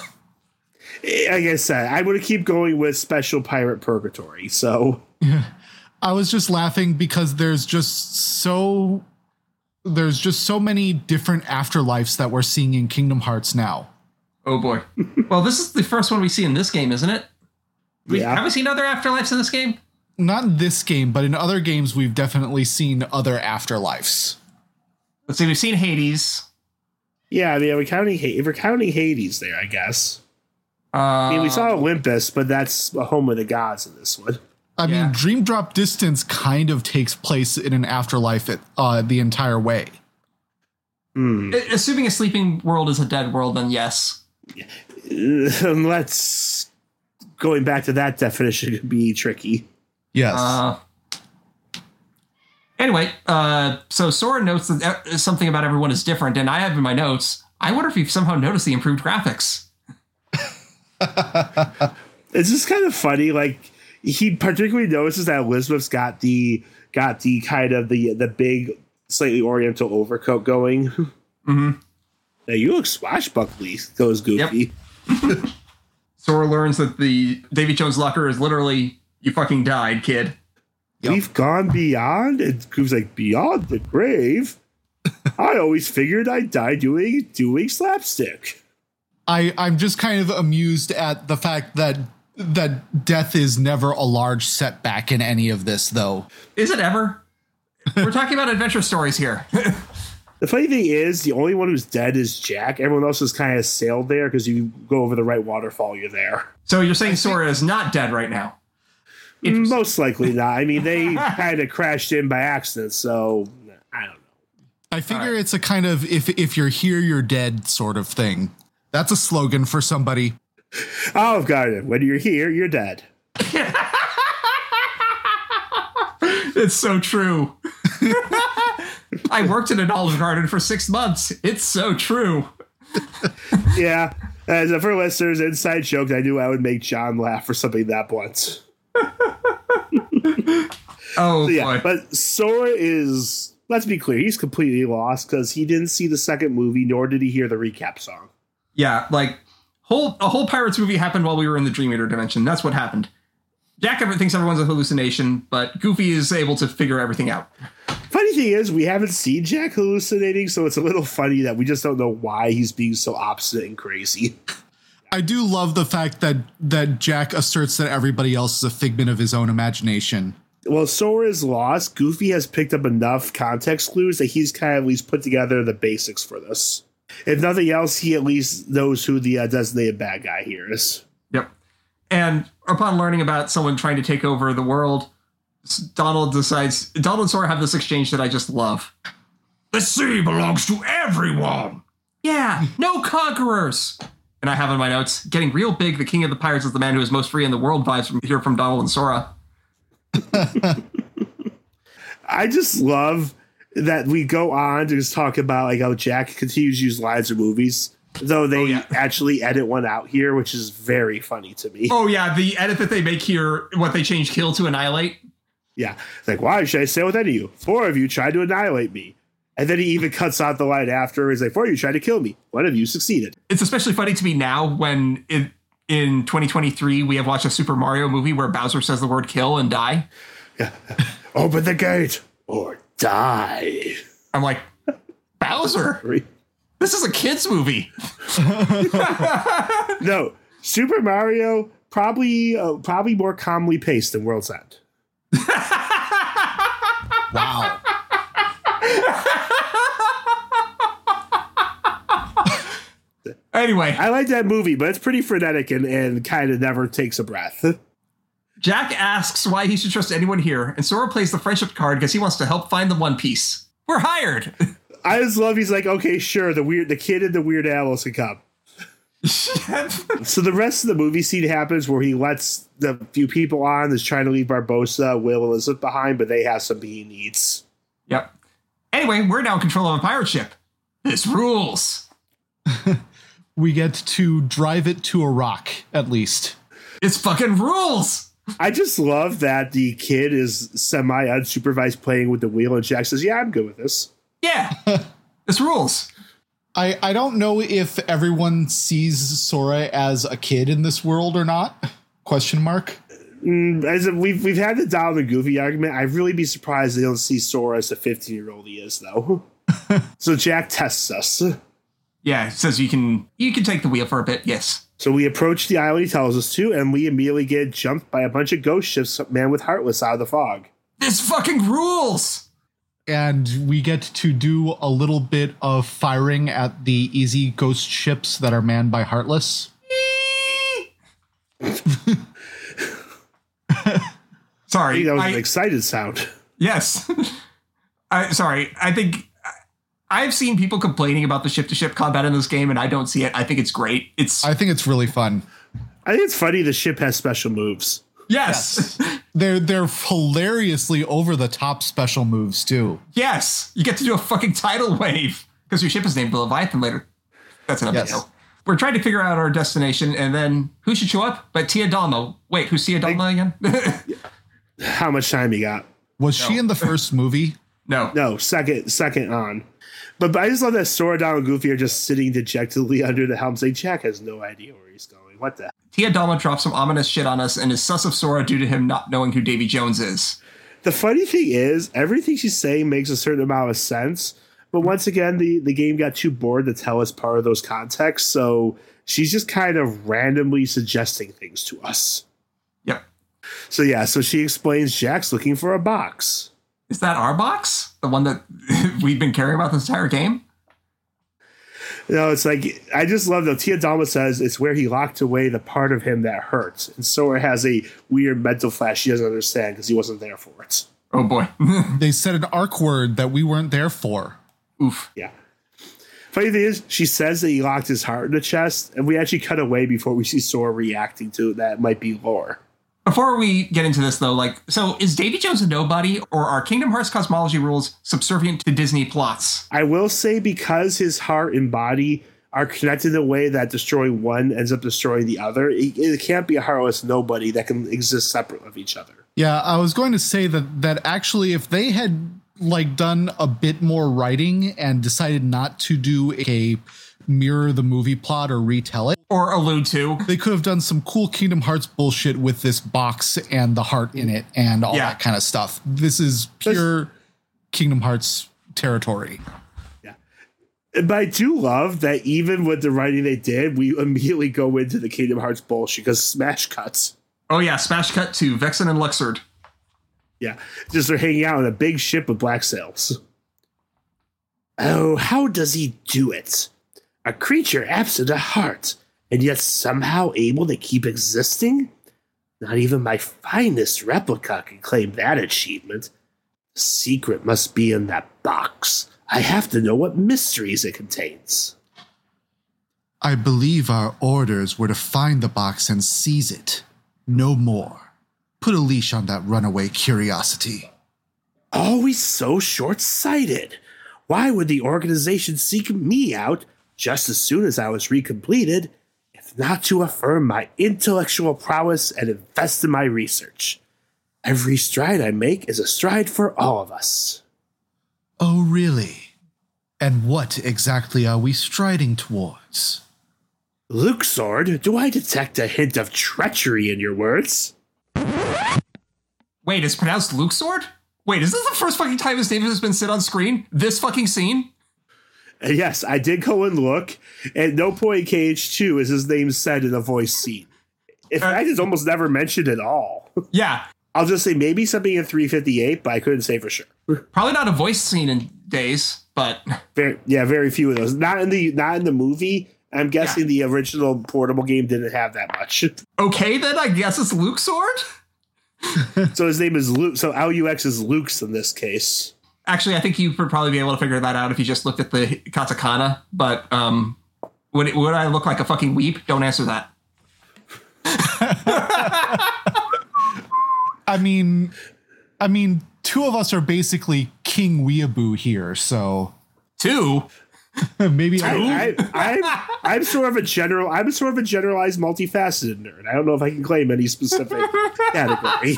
Speaker 2: Eh, Like I said, I'm going to keep going with Special Pirate Purgatory. So
Speaker 4: I was just laughing because there's just so there's just so many different afterlives that we're seeing in Kingdom Hearts now.
Speaker 1: Oh, [LAUGHS] boy. well, this is the first one we see in this game, isn't it? We,
Speaker 2: Yeah.
Speaker 1: Have we seen other afterlives in this game?
Speaker 4: Not in this game, but in other games we've definitely seen other afterlives.
Speaker 1: Let's see, we've seen Hades.
Speaker 2: yeah, I mean, we're counting Ha- if we're counting Hades there, I guess.
Speaker 1: Uh,
Speaker 2: I mean, we saw Olympus, but that's a home of the gods in this one.
Speaker 4: I
Speaker 1: Yeah.
Speaker 4: mean, Dream Drop Distance kind of takes place in an afterlife it, uh, the entire way.
Speaker 1: A- Assuming a sleeping world is a dead world, then yes.
Speaker 2: Um, Let's going back to that definition could be tricky.
Speaker 4: Yes.
Speaker 1: Uh, anyway, uh, so Sora notes that uh, something about everyone is different, and I have in my notes. I wonder if you've somehow noticed the improved graphics.
Speaker 2: It's just kind of funny. Like he particularly notices that Elizabeth's got the got the kind of the the big slightly oriental overcoat going. [LAUGHS] Mm-hmm. Now you look swashbuckly, goes Goofy.
Speaker 1: Sora learns that the Davy Jones locker is literally you fucking died, kid.
Speaker 4: Yep.
Speaker 2: We've gone beyond, and Goofy's like beyond the grave. I always figured I'd die doing doing slapstick.
Speaker 4: I I'm just kind of amused at the fact that that death is never a large setback in any of this, though.
Speaker 1: [LAUGHS] Is it ever? We're talking about adventure stories here. [LAUGHS]
Speaker 2: The funny thing is, the only one who's dead is Jack. Everyone else is kind of sailed there because you go over the right waterfall, you're there.
Speaker 1: So you're saying Sora is not dead right now? [LAUGHS] Interesting.
Speaker 2: Most likely not. I mean, they kind of crashed in by accident, so I don't know.
Speaker 3: I figure
Speaker 1: right.
Speaker 3: it's a kind of if if you're here, you're dead sort of thing. That's a slogan for somebody.
Speaker 2: Olive Garden, when you're here, you're dead.
Speaker 1: It's so [LAUGHS] true. I worked in an Olive Garden for six months. It's so true.
Speaker 2: Yeah. As a for listeners, inside joke, I knew I would make John laugh for something that blunt.
Speaker 1: Oh
Speaker 2: But yeah,
Speaker 1: boy.
Speaker 2: but Sora is. Let's be clear, he's completely lost because he didn't see the second movie, nor did he hear the recap song.
Speaker 1: Yeah, like whole a whole Pirates movie happened while we were in the Dream Eater dimension. That's what happened. Jack ever thinks everyone's a hallucination, but Goofy is able to figure everything out.
Speaker 2: Funny thing is, we haven't seen Jack hallucinating, so it's a little funny that we just don't know why he's being so obstinate and crazy. [LAUGHS]
Speaker 3: I do love the fact that that Jack asserts that everybody else is a figment of his own imagination.
Speaker 2: Well, Sora is lost. Goofy has picked up enough context clues that he's kind of at least put together the basics for this. If nothing else, he at least knows who the uh, designated bad guy here is.
Speaker 1: Yep. And upon learning about someone trying to take over the world, s- Donald decides Donald and Sora have this exchange that I just love. The sea belongs to everyone. Yeah, no conquerors. And I have in my notes, getting real big, the king of the pirates is the man who is most free in the world vibes from here from Donald and Sora.
Speaker 2: I just love that we go on to just talk about like how Jack continues to use lines of movies, though they
Speaker 1: yeah.
Speaker 2: actually edit one out here, which is very funny to me.
Speaker 1: Oh yeah, the edit that they make here, what they change kill to annihilate.
Speaker 2: Yeah, it's like why should I stay with any of you? Four of you tried to annihilate me, and then he even cuts out the line after. He's like, four of you tried to kill me. One of you succeeded.
Speaker 1: It's especially funny to me now when it, in 2023 we have watched a Super Mario movie where Bowser says the word kill and die.
Speaker 2: Open the gate or die.
Speaker 1: I'm like, Bowser, this is a kids movie.
Speaker 2: No, Super Mario probably uh, probably more calmly paced than World's End.
Speaker 3: Wow.
Speaker 1: Anyway,
Speaker 2: I like that movie, but it's pretty frenetic and, and kind of never takes a breath.
Speaker 1: Jack asks why he should trust anyone here, and Sora plays the friendship card because he wants to help find the One Piece. We're hired. [LAUGHS]
Speaker 2: I just love he's like, okay, sure, the weird the kid and the weird animals can come. So the rest of the movie scene happens where he lets the few people on that's trying to leave Barbosa, Will, and Elizabeth behind, but they have something he needs.
Speaker 1: yep. Anyway, we're now in control of a pirate ship. This rules.
Speaker 3: We get to drive it to a rock, at least.
Speaker 1: It's fucking rules.
Speaker 2: I just love that the kid is semi unsupervised playing with the wheel and Jack says, Yeah, I'm good with this.
Speaker 1: Yeah. this rules.
Speaker 3: I, I don't know if everyone sees Sora as a kid in this world or not. Question mark.
Speaker 2: Mm, As if we've we've had the Donald and Goofy argument, I'd really be surprised they don't see Sora as the fifteen year old he is though. so Jack tests us.
Speaker 1: Yeah, it says you can you can take the wheel for a bit. Yes.
Speaker 2: So we approach the island he tells us to, and we immediately get jumped by a bunch of ghost ships, man with Heartless out of the fog.
Speaker 1: This fucking rules.
Speaker 3: And we get to do a little bit of firing at the easy ghost ships that are manned by Heartless.
Speaker 2: I
Speaker 1: Sorry.
Speaker 2: think that was
Speaker 1: I-
Speaker 2: an excited sound.
Speaker 1: Yes. [LAUGHS] I sorry. I think I've seen people complaining about the ship to ship combat in this game, and I don't see it. I think it's great. It's
Speaker 3: I think it's really fun.
Speaker 2: I think it's funny the ship has special moves.
Speaker 1: yes, [LAUGHS] yes.
Speaker 3: They're they're hilariously over the top special moves too.
Speaker 1: You get to do a fucking tidal wave because your ship is named the Leviathan later. That's another
Speaker 3: Yes.
Speaker 1: deal. We're trying to figure out our destination, and then who should show up? But Tia Dalma. Wait, who's Tia Dalma again? [LAUGHS]
Speaker 2: How much time you got?
Speaker 3: Was she in the first movie?
Speaker 1: no.
Speaker 2: No, second, second on. But, but I just love that Sora, Donald, and Goofy are just sitting dejectedly [LAUGHS] under the helm, saying Jack has no idea where he's going. What the? heck?"
Speaker 1: Tia Dalma drops some ominous shit on us and is sus of Sora due to him not knowing who Davy Jones is.
Speaker 2: The funny thing is, everything she's saying makes a certain amount of sense. But once again, the, the game got too bored to tell us part of those contexts, so she's just kind of randomly suggesting things to us.
Speaker 1: Yep.
Speaker 2: So yeah, so she explains Jack's looking for a box.
Speaker 1: Is that our box? The one that [LAUGHS] we've been caring about this entire game?
Speaker 2: No, it's like I just love though. Tia Dalma says it's where he locked away the part of him that hurts, and Sora has a weird mental flash she doesn't understand because he wasn't there for it.
Speaker 1: Oh boy. [LAUGHS]
Speaker 4: They said an arc word that we weren't there for.
Speaker 1: Oof.
Speaker 2: Yeah. Funny thing is, she says that he locked his heart in the chest, and we actually cut away before we see Sora reacting to it. That might be lore.
Speaker 1: Before we get into this though, like so is Davy Jones a nobody or are Kingdom Hearts cosmology rules subservient to Disney plots?
Speaker 2: I will say because his heart and body are connected in a way that destroying one ends up destroying the other, it, it can't be a heartless nobody that can exist separate of each other.
Speaker 4: Yeah, I was going to say that that actually if they had like done a bit more writing and decided not to do a mirror the movie plot or retell it,
Speaker 1: Or allude to?
Speaker 4: they could have done some cool Kingdom Hearts bullshit with this box and the heart in it and all
Speaker 1: Yeah.
Speaker 4: that kind of stuff. This is pure Kingdom Hearts territory.
Speaker 2: But I do love that even with the writing they did, we immediately go into the Kingdom Hearts bullshit because Smash cuts.
Speaker 1: Oh yeah, smash cut to Vexen and Luxord.
Speaker 2: Yeah, just they're hanging out on a big ship with black sails. Oh, how does he do it? A creature absent a heart, and yet somehow able to keep existing? Not even my finest replica can claim that achievement. The secret must be in that box. I have to know what mysteries it contains.
Speaker 4: I believe our orders were to find the box and seize it. No more. Put a leash on that runaway curiosity.
Speaker 2: always so short sighted. Why would the organization seek me out just as soon as I was recompleted, if not to affirm my intellectual prowess and invest in my research? Every stride I make is a stride for all of us.
Speaker 4: Oh, really? And what exactly are we striding towards?
Speaker 2: Luxord, do I detect a hint of treachery in your words?
Speaker 1: Wait, it's pronounced Luxord? Wait, is this the first fucking time his name has been said on screen? This fucking scene?
Speaker 2: And yes, I did go and look. At no point in KH2 is his name said in a voice scene. In fact, it's almost never mentioned at all. [LAUGHS]
Speaker 1: Yeah.
Speaker 2: I'll just say maybe something in 358, but I couldn't say for sure.
Speaker 1: Probably not a voice scene in days, but [LAUGHS]
Speaker 2: Very, yeah, very few of those. Not in the not in the movie. I'm guessing the original portable game didn't have that much. [LAUGHS]
Speaker 1: okay then, I guess it's Luxord?
Speaker 2: so his name is Luke. So LUX is Luke's in this case.
Speaker 1: Actually, I think you would probably be able to figure that out if you just looked at the katakana, but um would, it, would I look like a fucking weep? Don't answer that.
Speaker 4: I mean, I mean, two of us are basically King Weeaboo here, so [LAUGHS]
Speaker 1: Two?
Speaker 4: maybe I,
Speaker 2: I, I, I'm, I'm sort of a general. I'm sort of a generalized, multifaceted nerd. I don't know if I can claim any specific category.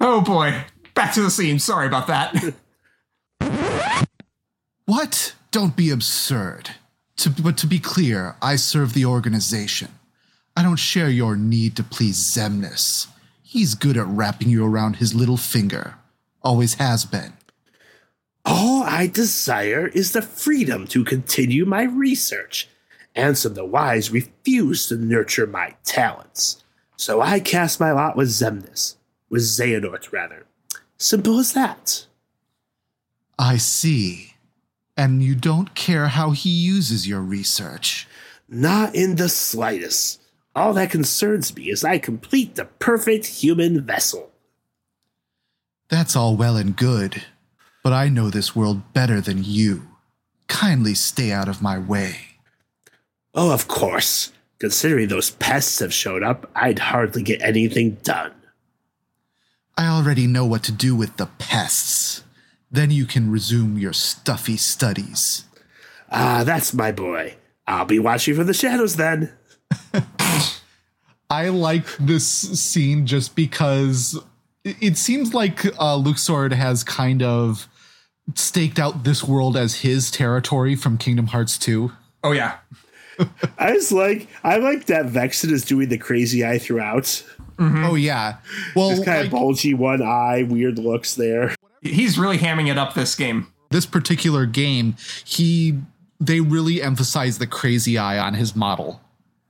Speaker 1: Oh boy. Back to the scene. Sorry about that.
Speaker 4: what? Don't be absurd. To, but to be clear, I serve the organization. I don't share your need to please Zemnis. He's good at wrapping you around his little finger. Always has been.
Speaker 2: All I desire is the freedom to continue my research. Ansem the Wise refused to nurture my talents. So I cast my lot with Zemnis, with Xehanort, rather. Simple as that.
Speaker 4: I see. And you don't care how he uses your research.
Speaker 2: Not in the slightest. All that concerns me is I complete the perfect human vessel.
Speaker 4: That's all well and good, but I know this world better than you. Kindly stay out of my way.
Speaker 2: Oh, of course. Considering those pests have showed up, I'd hardly get anything done.
Speaker 4: I already know what to do with the pests. Then you can resume your stuffy studies.
Speaker 2: Ah, that's my boy. I'll be watching from the shadows then.
Speaker 4: I like this scene just because it it seems like uh, Luxord has kind of staked out this world as his territory from Kingdom Hearts 2.
Speaker 1: Oh yeah.
Speaker 2: I just like I like that Vexen is doing the crazy eye throughout.
Speaker 4: Oh, yeah. Well,
Speaker 2: Just kind
Speaker 4: like-
Speaker 2: of bulgy one eye, weird looks there.
Speaker 1: He's really hamming it up this game.
Speaker 4: this particular game, he they really emphasize the crazy eye on his model.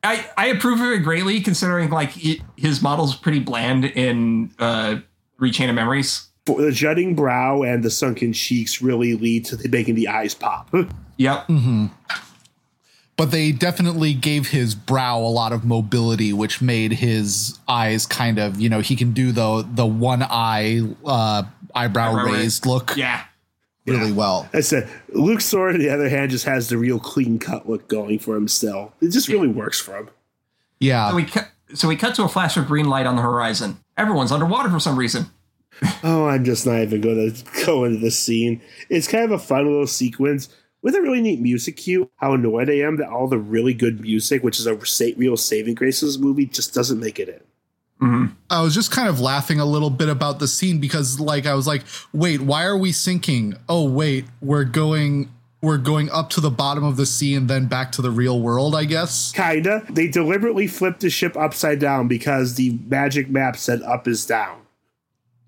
Speaker 1: I, I approve of it greatly, considering like it, his model's pretty bland in uh, Three Chain of Memories.
Speaker 2: For the jutting brow and the sunken cheeks really lead to the, making the eyes pop. [LAUGHS]
Speaker 1: Yep.
Speaker 4: But they definitely gave his brow a lot of mobility, which made his eyes kind of, you know, he can do the the one eye uh, eyebrow
Speaker 1: Eyebrow raise.
Speaker 4: raised look
Speaker 1: Yeah.
Speaker 4: really well.
Speaker 2: I said, Luke Sword, on the other hand, just has the real clean cut look going for him still. It just really works for him.
Speaker 4: Yeah,
Speaker 1: So we cut. So we cut to a flash of green light on the horizon. Everyone's underwater for some reason.
Speaker 2: Oh, I'm just not even going to [LAUGHS] go into this scene. It's kind of a fun little sequence with a really neat music cue. How annoyed I am that all the really good music, which is a sa- real saving grace of this movie, just doesn't make it in.
Speaker 4: I was just kind of laughing a little bit about the scene because like I was like, wait, why are we sinking? Oh wait, we're going we're going up to the bottom of the sea and then back to the real world, I guess.
Speaker 2: Kinda. They deliberately flipped the ship upside down because the magic map said up is down.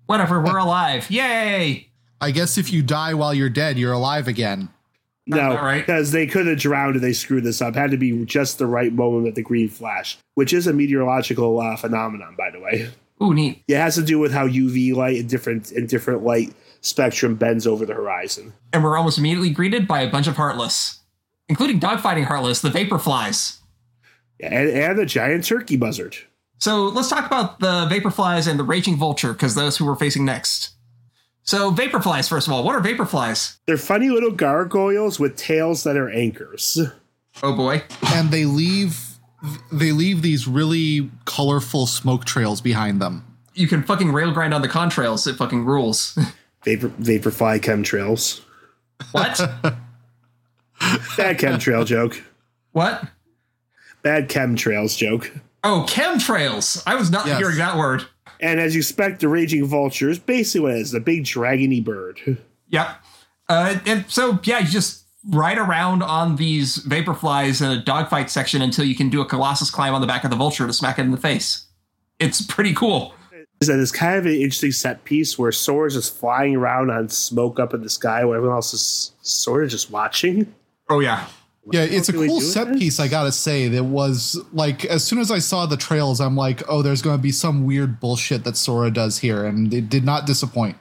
Speaker 1: Whatever. We're alive. Yay.
Speaker 4: I guess if you die while you're dead, you're alive again.
Speaker 2: No,
Speaker 1: that right?
Speaker 2: because they could have drowned and they screwed this up. Had to be just the right moment at the green flash, which is a meteorological uh, phenomenon, by the way.
Speaker 1: Ooh, neat.
Speaker 2: It has to do with how UV light and different and different light spectrum bends over the horizon.
Speaker 1: And we're almost immediately greeted by a bunch of heartless, including dogfighting heartless, the vapor flies.
Speaker 2: and, and a giant turkey buzzard.
Speaker 1: So let's talk about the Vaporflies and the Raging Vulture, because those who we're facing next. So Vaporflies, first of all, what are Vaporflies?
Speaker 2: They're funny little gargoyles with tails that are anchors.
Speaker 1: Oh boy.
Speaker 4: And they leave they leave these really colorful smoke trails behind them.
Speaker 1: You can fucking rail grind on the contrails, it fucking rules. [LAUGHS]
Speaker 2: Vapor vaporfly chemtrails.
Speaker 1: what?
Speaker 2: Bad chemtrail joke.
Speaker 1: what?
Speaker 2: Bad chemtrails joke.
Speaker 1: Oh, chemtrails. I was not
Speaker 4: Yes.
Speaker 1: hearing that word.
Speaker 2: And as you expect, the raging vulture is basically what it is, a big dragony bird. [LAUGHS]
Speaker 1: Yep. Uh, and so yeah, you just ride around on these Vaporflies in a dogfight section until you can do a Colossus climb on the back of the vulture to smack it in the face. It's pretty cool.
Speaker 2: Is that it's kind of an interesting set piece where Sora's just flying around on smoke up in the sky while everyone else is sort of just watching. [LAUGHS]
Speaker 1: Oh yeah.
Speaker 4: Yeah, it's a
Speaker 2: Can we
Speaker 4: cool
Speaker 2: do
Speaker 4: set
Speaker 2: this?
Speaker 4: piece, I gotta say. That was like, as soon as I saw the trails, I'm like, oh, there's gonna be some weird bullshit that Sora does here. And it did not disappoint.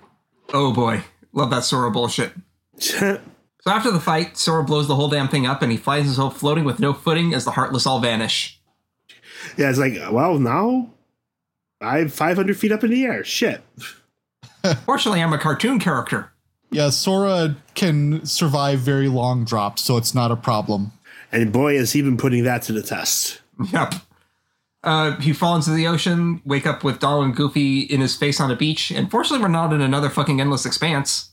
Speaker 1: Oh boy. Love that Sora bullshit. So after the fight, Sora blows the whole damn thing up and he finds himself floating with no footing as the Heartless all vanish.
Speaker 2: Yeah, it's like, well, now I'm 500 feet up in the air. Shit.
Speaker 1: Fortunately, I'm a cartoon character. [LAUGHS]
Speaker 4: Yeah, Sora can survive very long drops, so it's not a problem.
Speaker 2: And boy, has he been putting that to the test.
Speaker 1: Yep. Uh, he falls into the ocean, wake up with Donald and Goofy in his face on a beach, and fortunately, we're not in another fucking endless expanse.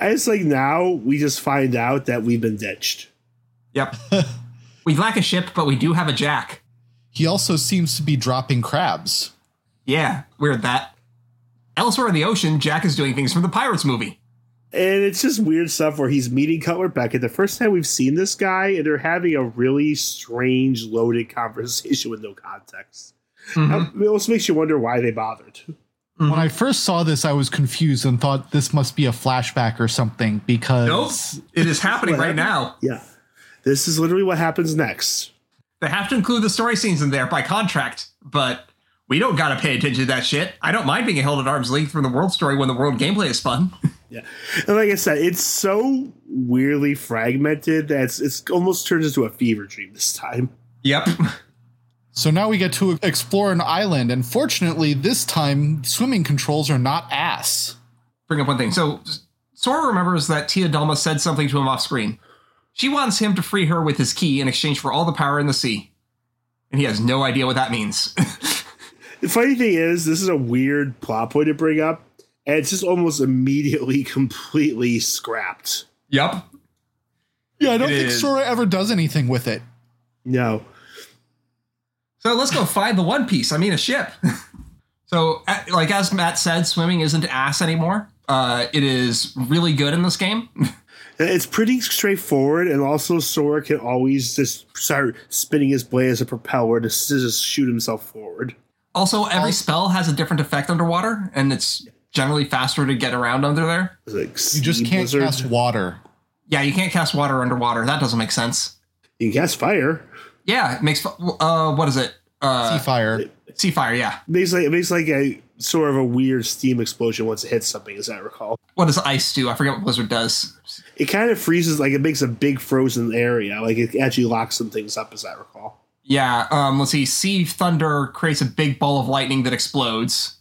Speaker 2: It's like now we just find out that we've been ditched.
Speaker 1: Yep. [LAUGHS] we lack a ship, but we do have a jack.
Speaker 4: He also seems to be dropping crabs.
Speaker 1: Yeah, weird that. Elsewhere in the ocean, Jack is doing things from the Pirates movie.
Speaker 2: And it's just weird stuff where he's meeting Cutler Beckett, the first time we've seen this guy, and they're having a really strange, loaded [LAUGHS] conversation with no context. Um, It almost makes you wonder why they bothered.
Speaker 4: When I first saw this, I was confused and thought this must be a flashback or something
Speaker 1: Nope.
Speaker 4: because
Speaker 1: It is happening right now.
Speaker 2: Yeah. This is literally what happens next.
Speaker 1: They have to include the story scenes in there by contract, but we don't gotta pay attention to that shit. I don't mind being held at arm's length from the world story when the world gameplay is fun.
Speaker 2: Yeah. And like I said, it's so weirdly fragmented that it's, it's almost turns into a fever dream this time.
Speaker 1: [LAUGHS] Yep.
Speaker 4: So now we get to explore an island, and fortunately, this time swimming controls are not ass.
Speaker 1: Bring up one thing. So Sora remembers that Tia Dalma said something to him off screen. She wants him to free her with his key in exchange for all the power in the sea. And he has no idea what that means. [LAUGHS]
Speaker 2: The funny thing is, this is a weird plot point to bring up, and it's just almost immediately [LAUGHS] completely scrapped.
Speaker 1: yep.
Speaker 4: Yeah, I don't
Speaker 1: It
Speaker 4: think
Speaker 1: is.
Speaker 4: Sora ever does anything with it.
Speaker 2: No.
Speaker 1: So let's go find the One Piece. I mean, a ship. [LAUGHS] so, a- like as Matt said, swimming isn't ass anymore. Uh, it is really good in this game. [LAUGHS]
Speaker 2: It's pretty straightforward, and also Sora can always just start spinning his blade as a propeller to s- just shoot himself forward.
Speaker 1: Also, every spell has a different effect underwater, and it's generally faster to get around under there.
Speaker 2: It's like
Speaker 4: You just can't cast water.
Speaker 1: Yeah, you can't cast water underwater. That doesn't make sense.
Speaker 2: You can cast fire.
Speaker 1: Yeah, it makes. fu- Uh, what is it? Uh,
Speaker 4: Sea fire.
Speaker 1: sea fire. Yeah,
Speaker 2: It makes like it makes like a sort of a weird steam explosion once it hits something, as I recall.
Speaker 1: What does ice do? I forget what Blizzard does.
Speaker 2: It kind of freezes, like it makes a big frozen area. Like it actually locks some things up, as I recall.
Speaker 1: Yeah, um, let's see. Sea Thunder creates a big ball of lightning that explodes.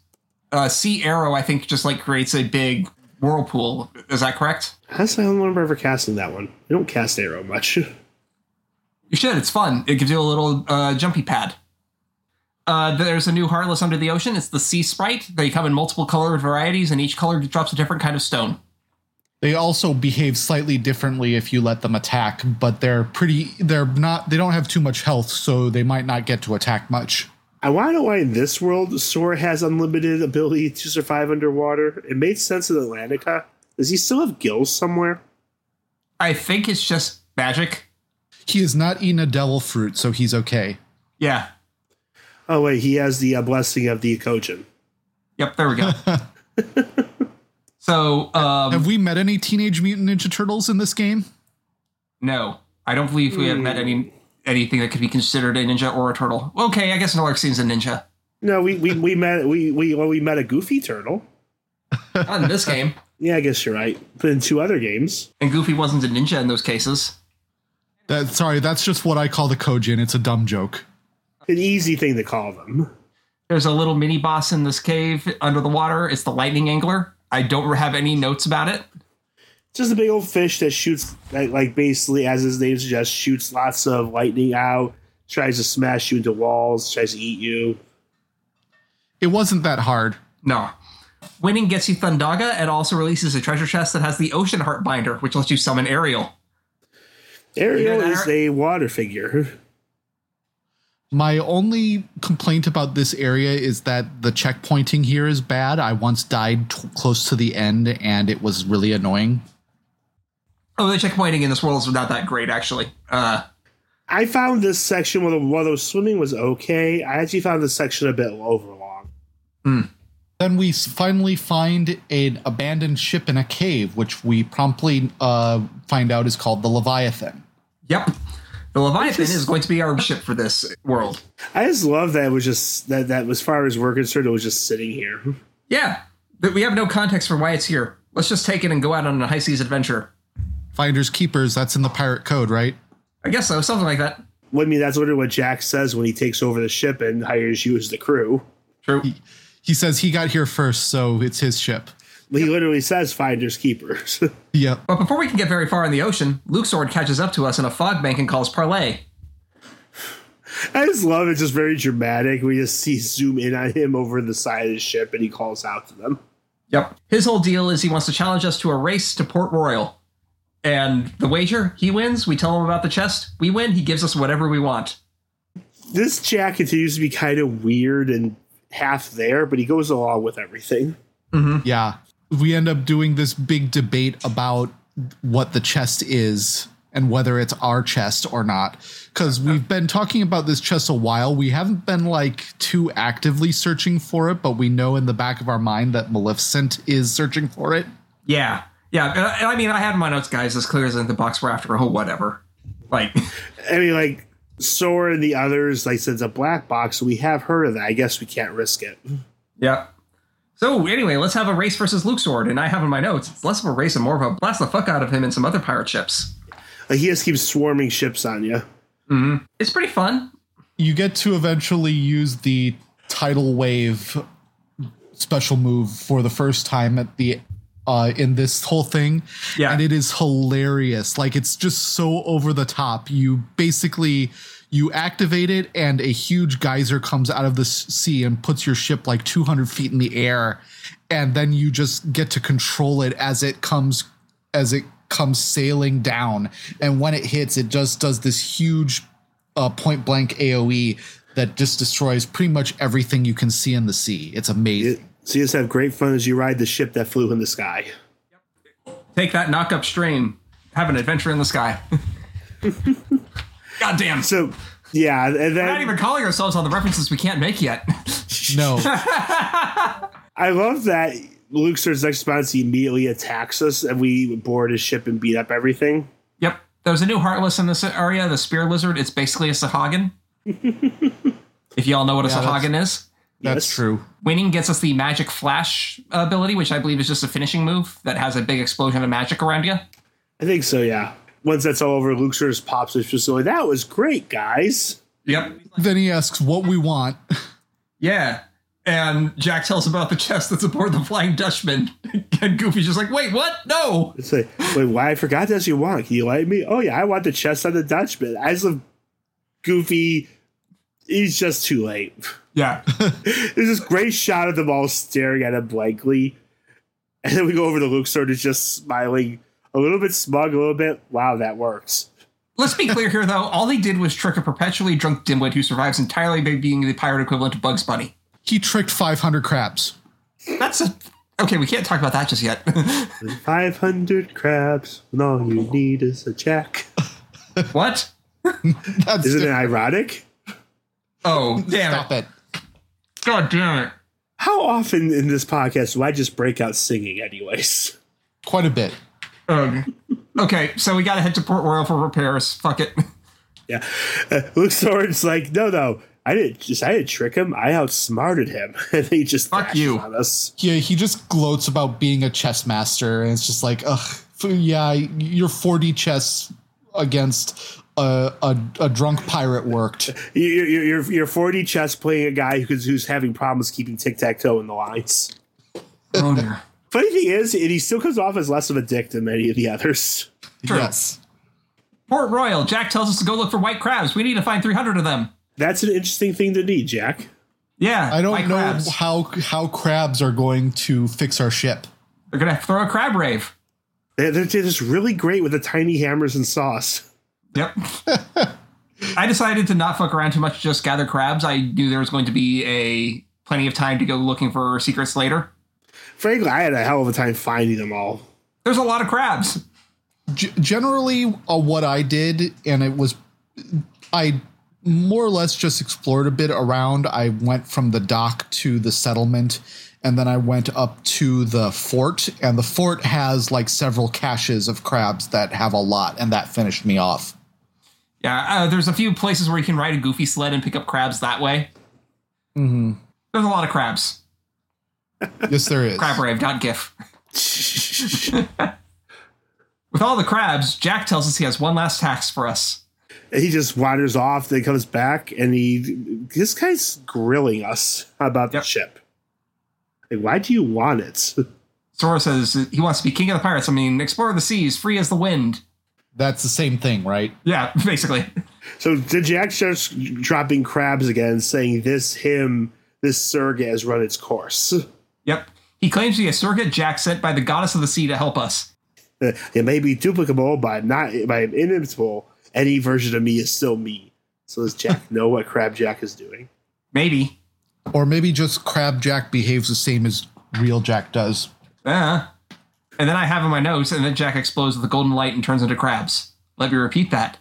Speaker 1: Uh, sea Arrow, I think, just like creates a big whirlpool. Is that correct?
Speaker 2: Honestly, I don't remember ever casting that one. I don't cast arrow much. [LAUGHS]
Speaker 1: You should. It's fun. It gives you a little uh, jumpy pad. Uh, there's a new Heartless Under the Ocean. It's the Sea Sprite. They come in multiple colored varieties, and each color drops a different kind of stone.
Speaker 4: They also behave slightly differently if you let them attack, but they're pretty. They're not. They don't have too much health, so they might not get to attack much.
Speaker 2: I want to know why in this world Sora has unlimited ability to survive underwater. It made sense in Atlantica. Does he still have gills somewhere?
Speaker 1: I think it's just magic.
Speaker 4: He has not eaten a devil fruit, so he's okay.
Speaker 1: Yeah.
Speaker 2: Oh wait, he has the uh, blessing of the Kojin.
Speaker 1: Yep. There we go. so, um,
Speaker 4: Have we met any Teenage Mutant Ninja Turtles in this game?
Speaker 1: no, I don't believe we have met any anything that could be considered a ninja or a turtle. Okay, I guess Norlaxine's a ninja.
Speaker 2: No, we, we, we met we we well, we met a goofy turtle.
Speaker 1: Not in this game.
Speaker 2: Yeah, I guess you're right. But in two other games,
Speaker 1: And Goofy wasn't a ninja in those cases.
Speaker 4: That sorry, that's just what I call the Kojin. It's a dumb joke.
Speaker 2: an easy thing to call them.
Speaker 1: There's a little mini boss in this cave under the water. It's the lightning angler. I don't have any notes about it.
Speaker 2: Just a big old fish that shoots like, like basically, as his name suggests, shoots lots of lightning out. Tries to smash you into walls. Tries to eat you.
Speaker 4: It wasn't that hard.
Speaker 1: No. Winning gets you Thundaga and also releases a treasure chest that has the Ocean Heart Binder, which lets you summon Ariel.
Speaker 2: Ariel
Speaker 1: that,
Speaker 2: is
Speaker 1: Ar-
Speaker 2: a water figure.
Speaker 4: My only complaint about this area is that the checkpointing here is bad. I once died t- close to the end, and it was really annoying.
Speaker 1: Oh, the checkpointing in this world is not that great, actually. Uh,
Speaker 2: I found this section while the, while the swimming was okay. I actually found this section a bit overlong.
Speaker 4: Then we s- finally find an abandoned ship in a cave, which we promptly uh, find out is called the Leviathan.
Speaker 1: yep. The Leviathan is going to be our ship for this world.
Speaker 2: I just love that it was just that that as far as we're concerned, it was just sitting here.
Speaker 1: Yeah. But we have no context for why it's here. Let's just take it and go out on a high seas adventure.
Speaker 4: Finders Keepers, that's in the pirate code, right?
Speaker 1: I guess so, something like that.
Speaker 2: I mean, that's literally what Jack says when he takes over the ship and hires you as the crew.
Speaker 1: True.
Speaker 4: He says he got here first, so it's his ship.
Speaker 2: He literally says "finders keepers." [LAUGHS]
Speaker 4: Yep.
Speaker 1: But before we can get very far in the ocean, Luxord catches up to us in a fog bank and calls parlay.
Speaker 2: I just love it. Just very dramatic. We just see zoom in on him over the side of the ship, and he calls out to them.
Speaker 1: Yep. His whole deal is he wants to challenge us to a race to Port Royal. And the wager, he wins, we tell him about the chest, we win, he gives us whatever we want.
Speaker 2: This Jack continues to be kind of weird and half there, but he goes along with everything.
Speaker 4: Yeah. We end up doing this big debate about what the chest is and whether it's our chest or not. Because we've been talking about this chest a while. We haven't been like too actively searching for it, but we know in the back of our mind that Maleficent is searching for it.
Speaker 1: Yeah. Yeah. And I, and I mean, I had in my notes, guys, this clears in the box we're after, oh, whatever. Like, [LAUGHS]
Speaker 2: I mean, like Sora and the others, like said, it's a black box. We have heard of that. I guess we can't risk it.
Speaker 1: yep. So, anyway, let's have a race versus Luxord. And I have in my notes, it's less of a race and more of a blast the fuck out of him and some other pirate ships.
Speaker 2: Like he just keeps swarming ships on you.
Speaker 1: It's pretty fun.
Speaker 4: You get to eventually use the tidal wave special move for the first time at the uh, in this whole thing.
Speaker 1: Yeah.
Speaker 4: and it is hilarious like it's just so over the top you basically you activate it and a huge geyser comes out of the s- sea and puts your ship like 200 feet in the air and then you just get to control it as it comes as it comes sailing down and when it hits it just does this huge uh, point blank aoe that just destroys pretty much everything you can see in the sea it's amazing
Speaker 2: It- so you just have great fun as you ride the ship that flew in the sky.
Speaker 1: Take that knock upstream. Have an adventure in the sky. [LAUGHS] Goddamn.
Speaker 2: So yeah, and
Speaker 1: We're not
Speaker 2: then
Speaker 1: even calling ourselves on the references we can't make yet. [LAUGHS]
Speaker 4: no
Speaker 2: I love that Luxor's next response. He immediately attacks us, and we board his ship and beat up everything.
Speaker 1: Yep. There's a new Heartless in this area, the Spear Lizard. It's basically a Sahagin. if y'all know what a
Speaker 4: that's-
Speaker 1: Sahagin is.
Speaker 4: That's
Speaker 2: Yes.
Speaker 4: true.
Speaker 1: Winning gets us the magic flash ability, which I believe is just a finishing move that has a big explosion of magic around you.
Speaker 2: I think so, yeah. Once that's all over, Luke sort of pops up just like, that was great, guys.
Speaker 1: Yep.
Speaker 4: Then he asks what we want.
Speaker 1: Yeah. And Jack tells about the chest that's aboard the Flying Dutchman. [LAUGHS] And Goofy's just like, wait, what? No.
Speaker 2: It's like, wait, why? I forgot that's what you want. Can you let me? Oh, yeah, I want the chest on the Dutchman. I just love Goofy. He's just too late. [LAUGHS]
Speaker 1: Yeah.
Speaker 2: There's this great shot of them all staring at him blankly. And then we go over to Luke, sort of just smiling, a little bit smug, a little bit, wow, that works.
Speaker 1: [LAUGHS] Let's be clear here, though. All they did was trick a perpetually drunk dimwit who survives entirely by being the pirate equivalent of Bugs Bunny.
Speaker 4: He tricked 500 crabs.
Speaker 1: [LAUGHS] That's a. Okay, we can't talk about that just yet. [LAUGHS]
Speaker 2: 500 crabs, and all you need is a check.
Speaker 1: what?
Speaker 4: That's
Speaker 2: Isn't it ironic?
Speaker 1: Oh, damn
Speaker 4: Stop
Speaker 1: it.
Speaker 4: it.
Speaker 1: God damn it.
Speaker 2: How often in this podcast do I just break out singing, anyways? [LAUGHS]
Speaker 4: Quite a bit.
Speaker 1: Ugh. Um, Okay, so we gotta head to Port Royal for repairs. Fuck it.
Speaker 2: [LAUGHS] Yeah. Uh, Luke Soren's like, no, no, I didn't just, I didn't trick him. I outsmarted him. [LAUGHS] and he just
Speaker 1: Fuck
Speaker 2: dashed
Speaker 1: you.
Speaker 2: on us.
Speaker 4: Yeah, he just gloats about being a chess master, and it's just like, ugh, f- yeah, your 40 chess against a, a, a drunk pirate worked.
Speaker 2: You, you, you- you're, you're 40 chess playing a guy who's, who's having problems keeping tic tac toe in the lines.
Speaker 1: [LAUGHS] Oh, dear.
Speaker 2: Funny thing is, and he still comes off as less of a dick than many of the others.
Speaker 1: True.
Speaker 4: Yes.
Speaker 1: Port Royal, Jack tells us to go look for white crabs. We need to find 300 of them.
Speaker 2: That's an interesting thing to need, Jack.
Speaker 1: Yeah.
Speaker 4: I
Speaker 1: white
Speaker 4: don't know
Speaker 1: crabs.
Speaker 4: how how crabs are going to fix our ship.
Speaker 1: They're gonna throw a crab rave.
Speaker 2: They're, they're just really great with the tiny hammers and sauce.
Speaker 1: Yep. [LAUGHS] I decided to not fuck around too much, just gather crabs. I knew there was going to be a plenty of time to go looking for secrets later.
Speaker 2: Frankly, I had a hell of a time finding them all. [LAUGHS]
Speaker 1: There's a lot of crabs.
Speaker 4: G- generally, uh, what I did, and it was, I more or less just explored a bit around. I went from the dock to the settlement, and then I went up to the fort. And the fort has like several caches of crabs that have a lot, and that finished me off.
Speaker 1: Yeah, uh, there's a few places where you can ride a goofy sled and pick up crabs that way.
Speaker 4: Mm-hmm.
Speaker 1: There's a lot of crabs.
Speaker 4: Yes, there is.
Speaker 1: Crab rave, not GIF. With all the crabs, Jack tells us he has one last tax for us.
Speaker 2: And he just wanders off, then comes back, and he this guy's grilling us about the
Speaker 1: Yep.
Speaker 2: ship. Like, why do you want it?
Speaker 1: Sora says he wants to be king of the pirates. I mean, explore the seas, free as the wind.
Speaker 4: That's the same thing, right?
Speaker 1: Yeah, [LAUGHS] basically.
Speaker 2: So then Jack starts dropping crabs again, saying this him, this surga has run its course. [LAUGHS]
Speaker 1: Yep. He claims to be a surrogate Jack sent by the goddess of the sea to help us.
Speaker 2: It may be duplicable, but not by inimitable. Any version of me is still me. So does Jack know what Crab Jack is doing?
Speaker 1: Maybe.
Speaker 4: Or maybe just Crab Jack behaves the same as real Jack does.
Speaker 1: Uh, and then I have in my notes, and then Jack explodes with a golden light and turns into crabs. Let me repeat that.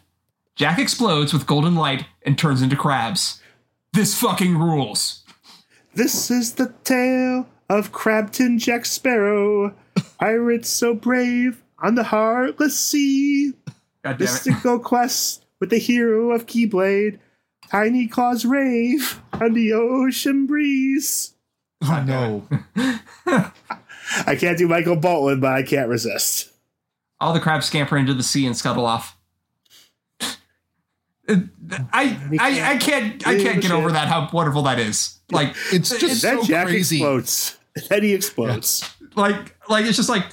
Speaker 1: Jack explodes with golden light and turns into crabs. This fucking rules.
Speaker 2: This is the tale of Crabton Jack Sparrow, pirate so brave on the heartless sea.
Speaker 1: God damn it.
Speaker 2: Mystical quest with the hero of Keyblade, Tiny Claws rave on the ocean breeze.
Speaker 4: Oh no.
Speaker 2: I can't do Michael Bolton, but I can't resist.
Speaker 1: All the crabs scamper into the sea and scuttle off. Uh, I, I I can't I can't get over that how wonderful that is. Like
Speaker 4: It's just
Speaker 2: Then
Speaker 4: so
Speaker 2: Jack
Speaker 4: crazy.
Speaker 2: explodes. [LAUGHS] Then he explodes.
Speaker 1: like like it's just like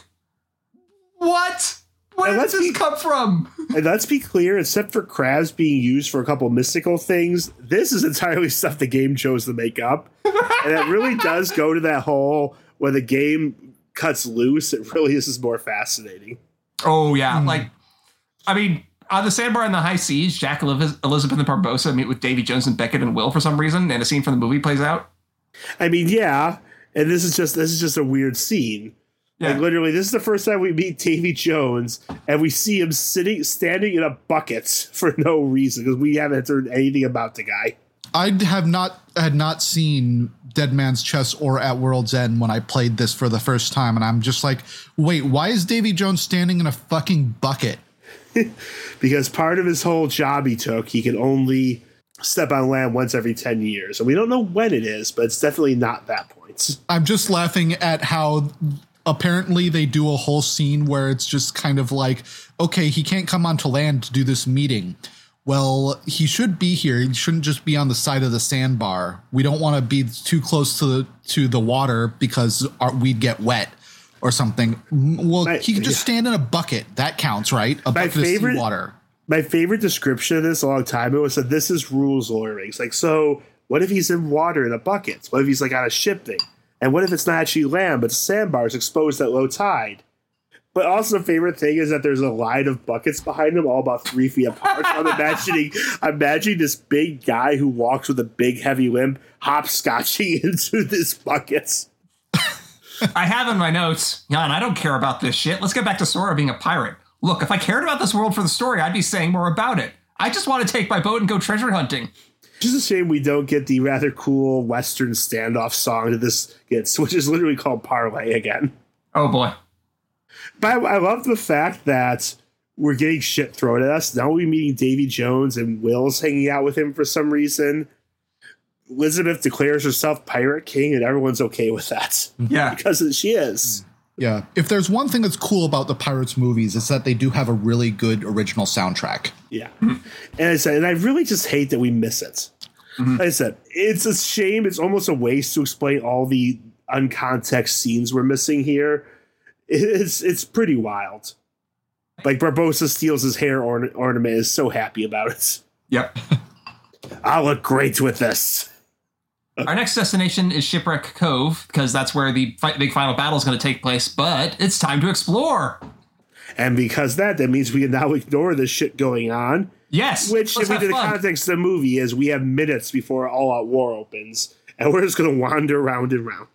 Speaker 1: what? Where
Speaker 2: And
Speaker 1: did
Speaker 2: let's
Speaker 1: this
Speaker 2: be-
Speaker 1: come from?
Speaker 2: And let's be clear, except for crabs being used for a couple mystical things, this is entirely [LAUGHS] stuff the game chose to make up. and it really does go to that whole when the game cuts loose, it really is more fascinating.
Speaker 1: Oh yeah,
Speaker 2: Hmm.
Speaker 1: like I mean, on the sandbar in the high seas, Jack Eliz- Elizabeth and Barbosa meet with Davy Jones and Beckett and Will for some reason, and a scene from the movie plays
Speaker 2: [LAUGHS]
Speaker 1: out.
Speaker 2: I mean, yeah, and this is just this is just a weird scene.
Speaker 1: Yeah,
Speaker 2: Like literally, this is the first time we meet Davy Jones, and we see him sitting standing in a bucket for no reason because we haven't heard anything about the guy.
Speaker 4: I have not had not seen Dead Man's Chest or At World's End when I played this for the first time, and I'm just like, wait, why is Davy Jones standing in a fucking bucket?
Speaker 2: because part of his whole job he took, he could only step on land once every 10 years. And we don't know when it is, but it's definitely not that point.
Speaker 4: I'm just laughing at how apparently they do a whole scene where it's just kind of like, okay, he can't come onto land to do this meeting. Well, he should be here. He shouldn't just be on the side of the sandbar. We don't want to be too close to the to the water because our, we'd get wet or something. Mm, Well,
Speaker 2: My-
Speaker 4: he can just
Speaker 2: yeah.
Speaker 4: stand in a bucket. That counts, right? A
Speaker 2: My
Speaker 4: bucket of
Speaker 2: favorite-
Speaker 4: seawater.
Speaker 2: My favorite description of this a long time ago was that this is rules lawyering. It's like, so what if he's in water in a bucket? What if he's like on a ship thing? And what if it's not actually land, but the sandbar is exposed at low tide? But also, the favorite thing is that there's a line of buckets behind him, all about three feet apart. So I'm imagining, I'm imagining this big guy who walks with a big, heavy limp hopscotching [LAUGHS] into this bucket.
Speaker 1: I have in my notes, Jan, I don't care about this shit. Let's get back to Sora being a pirate. Look, if I cared about this world for the story, I'd be saying more about it. I just want to take my boat and go treasure hunting.
Speaker 2: Just a shame we don't get the rather cool Western standoff song to this gets, which is literally called Parlay again.
Speaker 1: Oh boy.
Speaker 2: But I, I love the fact that we're getting shit thrown at us. Now we're meeting Davy Jones and Will's hanging out with him for some reason. Elizabeth declares herself Pirate King, and everyone's okay with that [LAUGHS]
Speaker 1: Yeah.
Speaker 2: because she is.
Speaker 4: Yeah. If there's one thing that's cool about the Pirates movies, it's that they do have a really good original soundtrack.
Speaker 2: Yeah, and I said, and I really just hate that we miss it. Like I said it's a shame. It's almost a waste to explain all the uncontext scenes we're missing here. It's it's pretty wild. Like Barbosa steals his hair orna- ornament. Is so happy about it. [LAUGHS]
Speaker 1: Yep.
Speaker 2: I look great with this.
Speaker 1: Our next destination is Shipwreck Cove because that's where the fi- big final battle is going to take place, but it's time to explore.
Speaker 2: And because that, that means we can now ignore this shit going on.
Speaker 1: Yes.
Speaker 2: Which,
Speaker 1: let's
Speaker 2: if we
Speaker 1: have
Speaker 2: do the
Speaker 1: fun.
Speaker 2: context of the movie, is we have minutes before All Out War opens, and we're just going to wander round and round.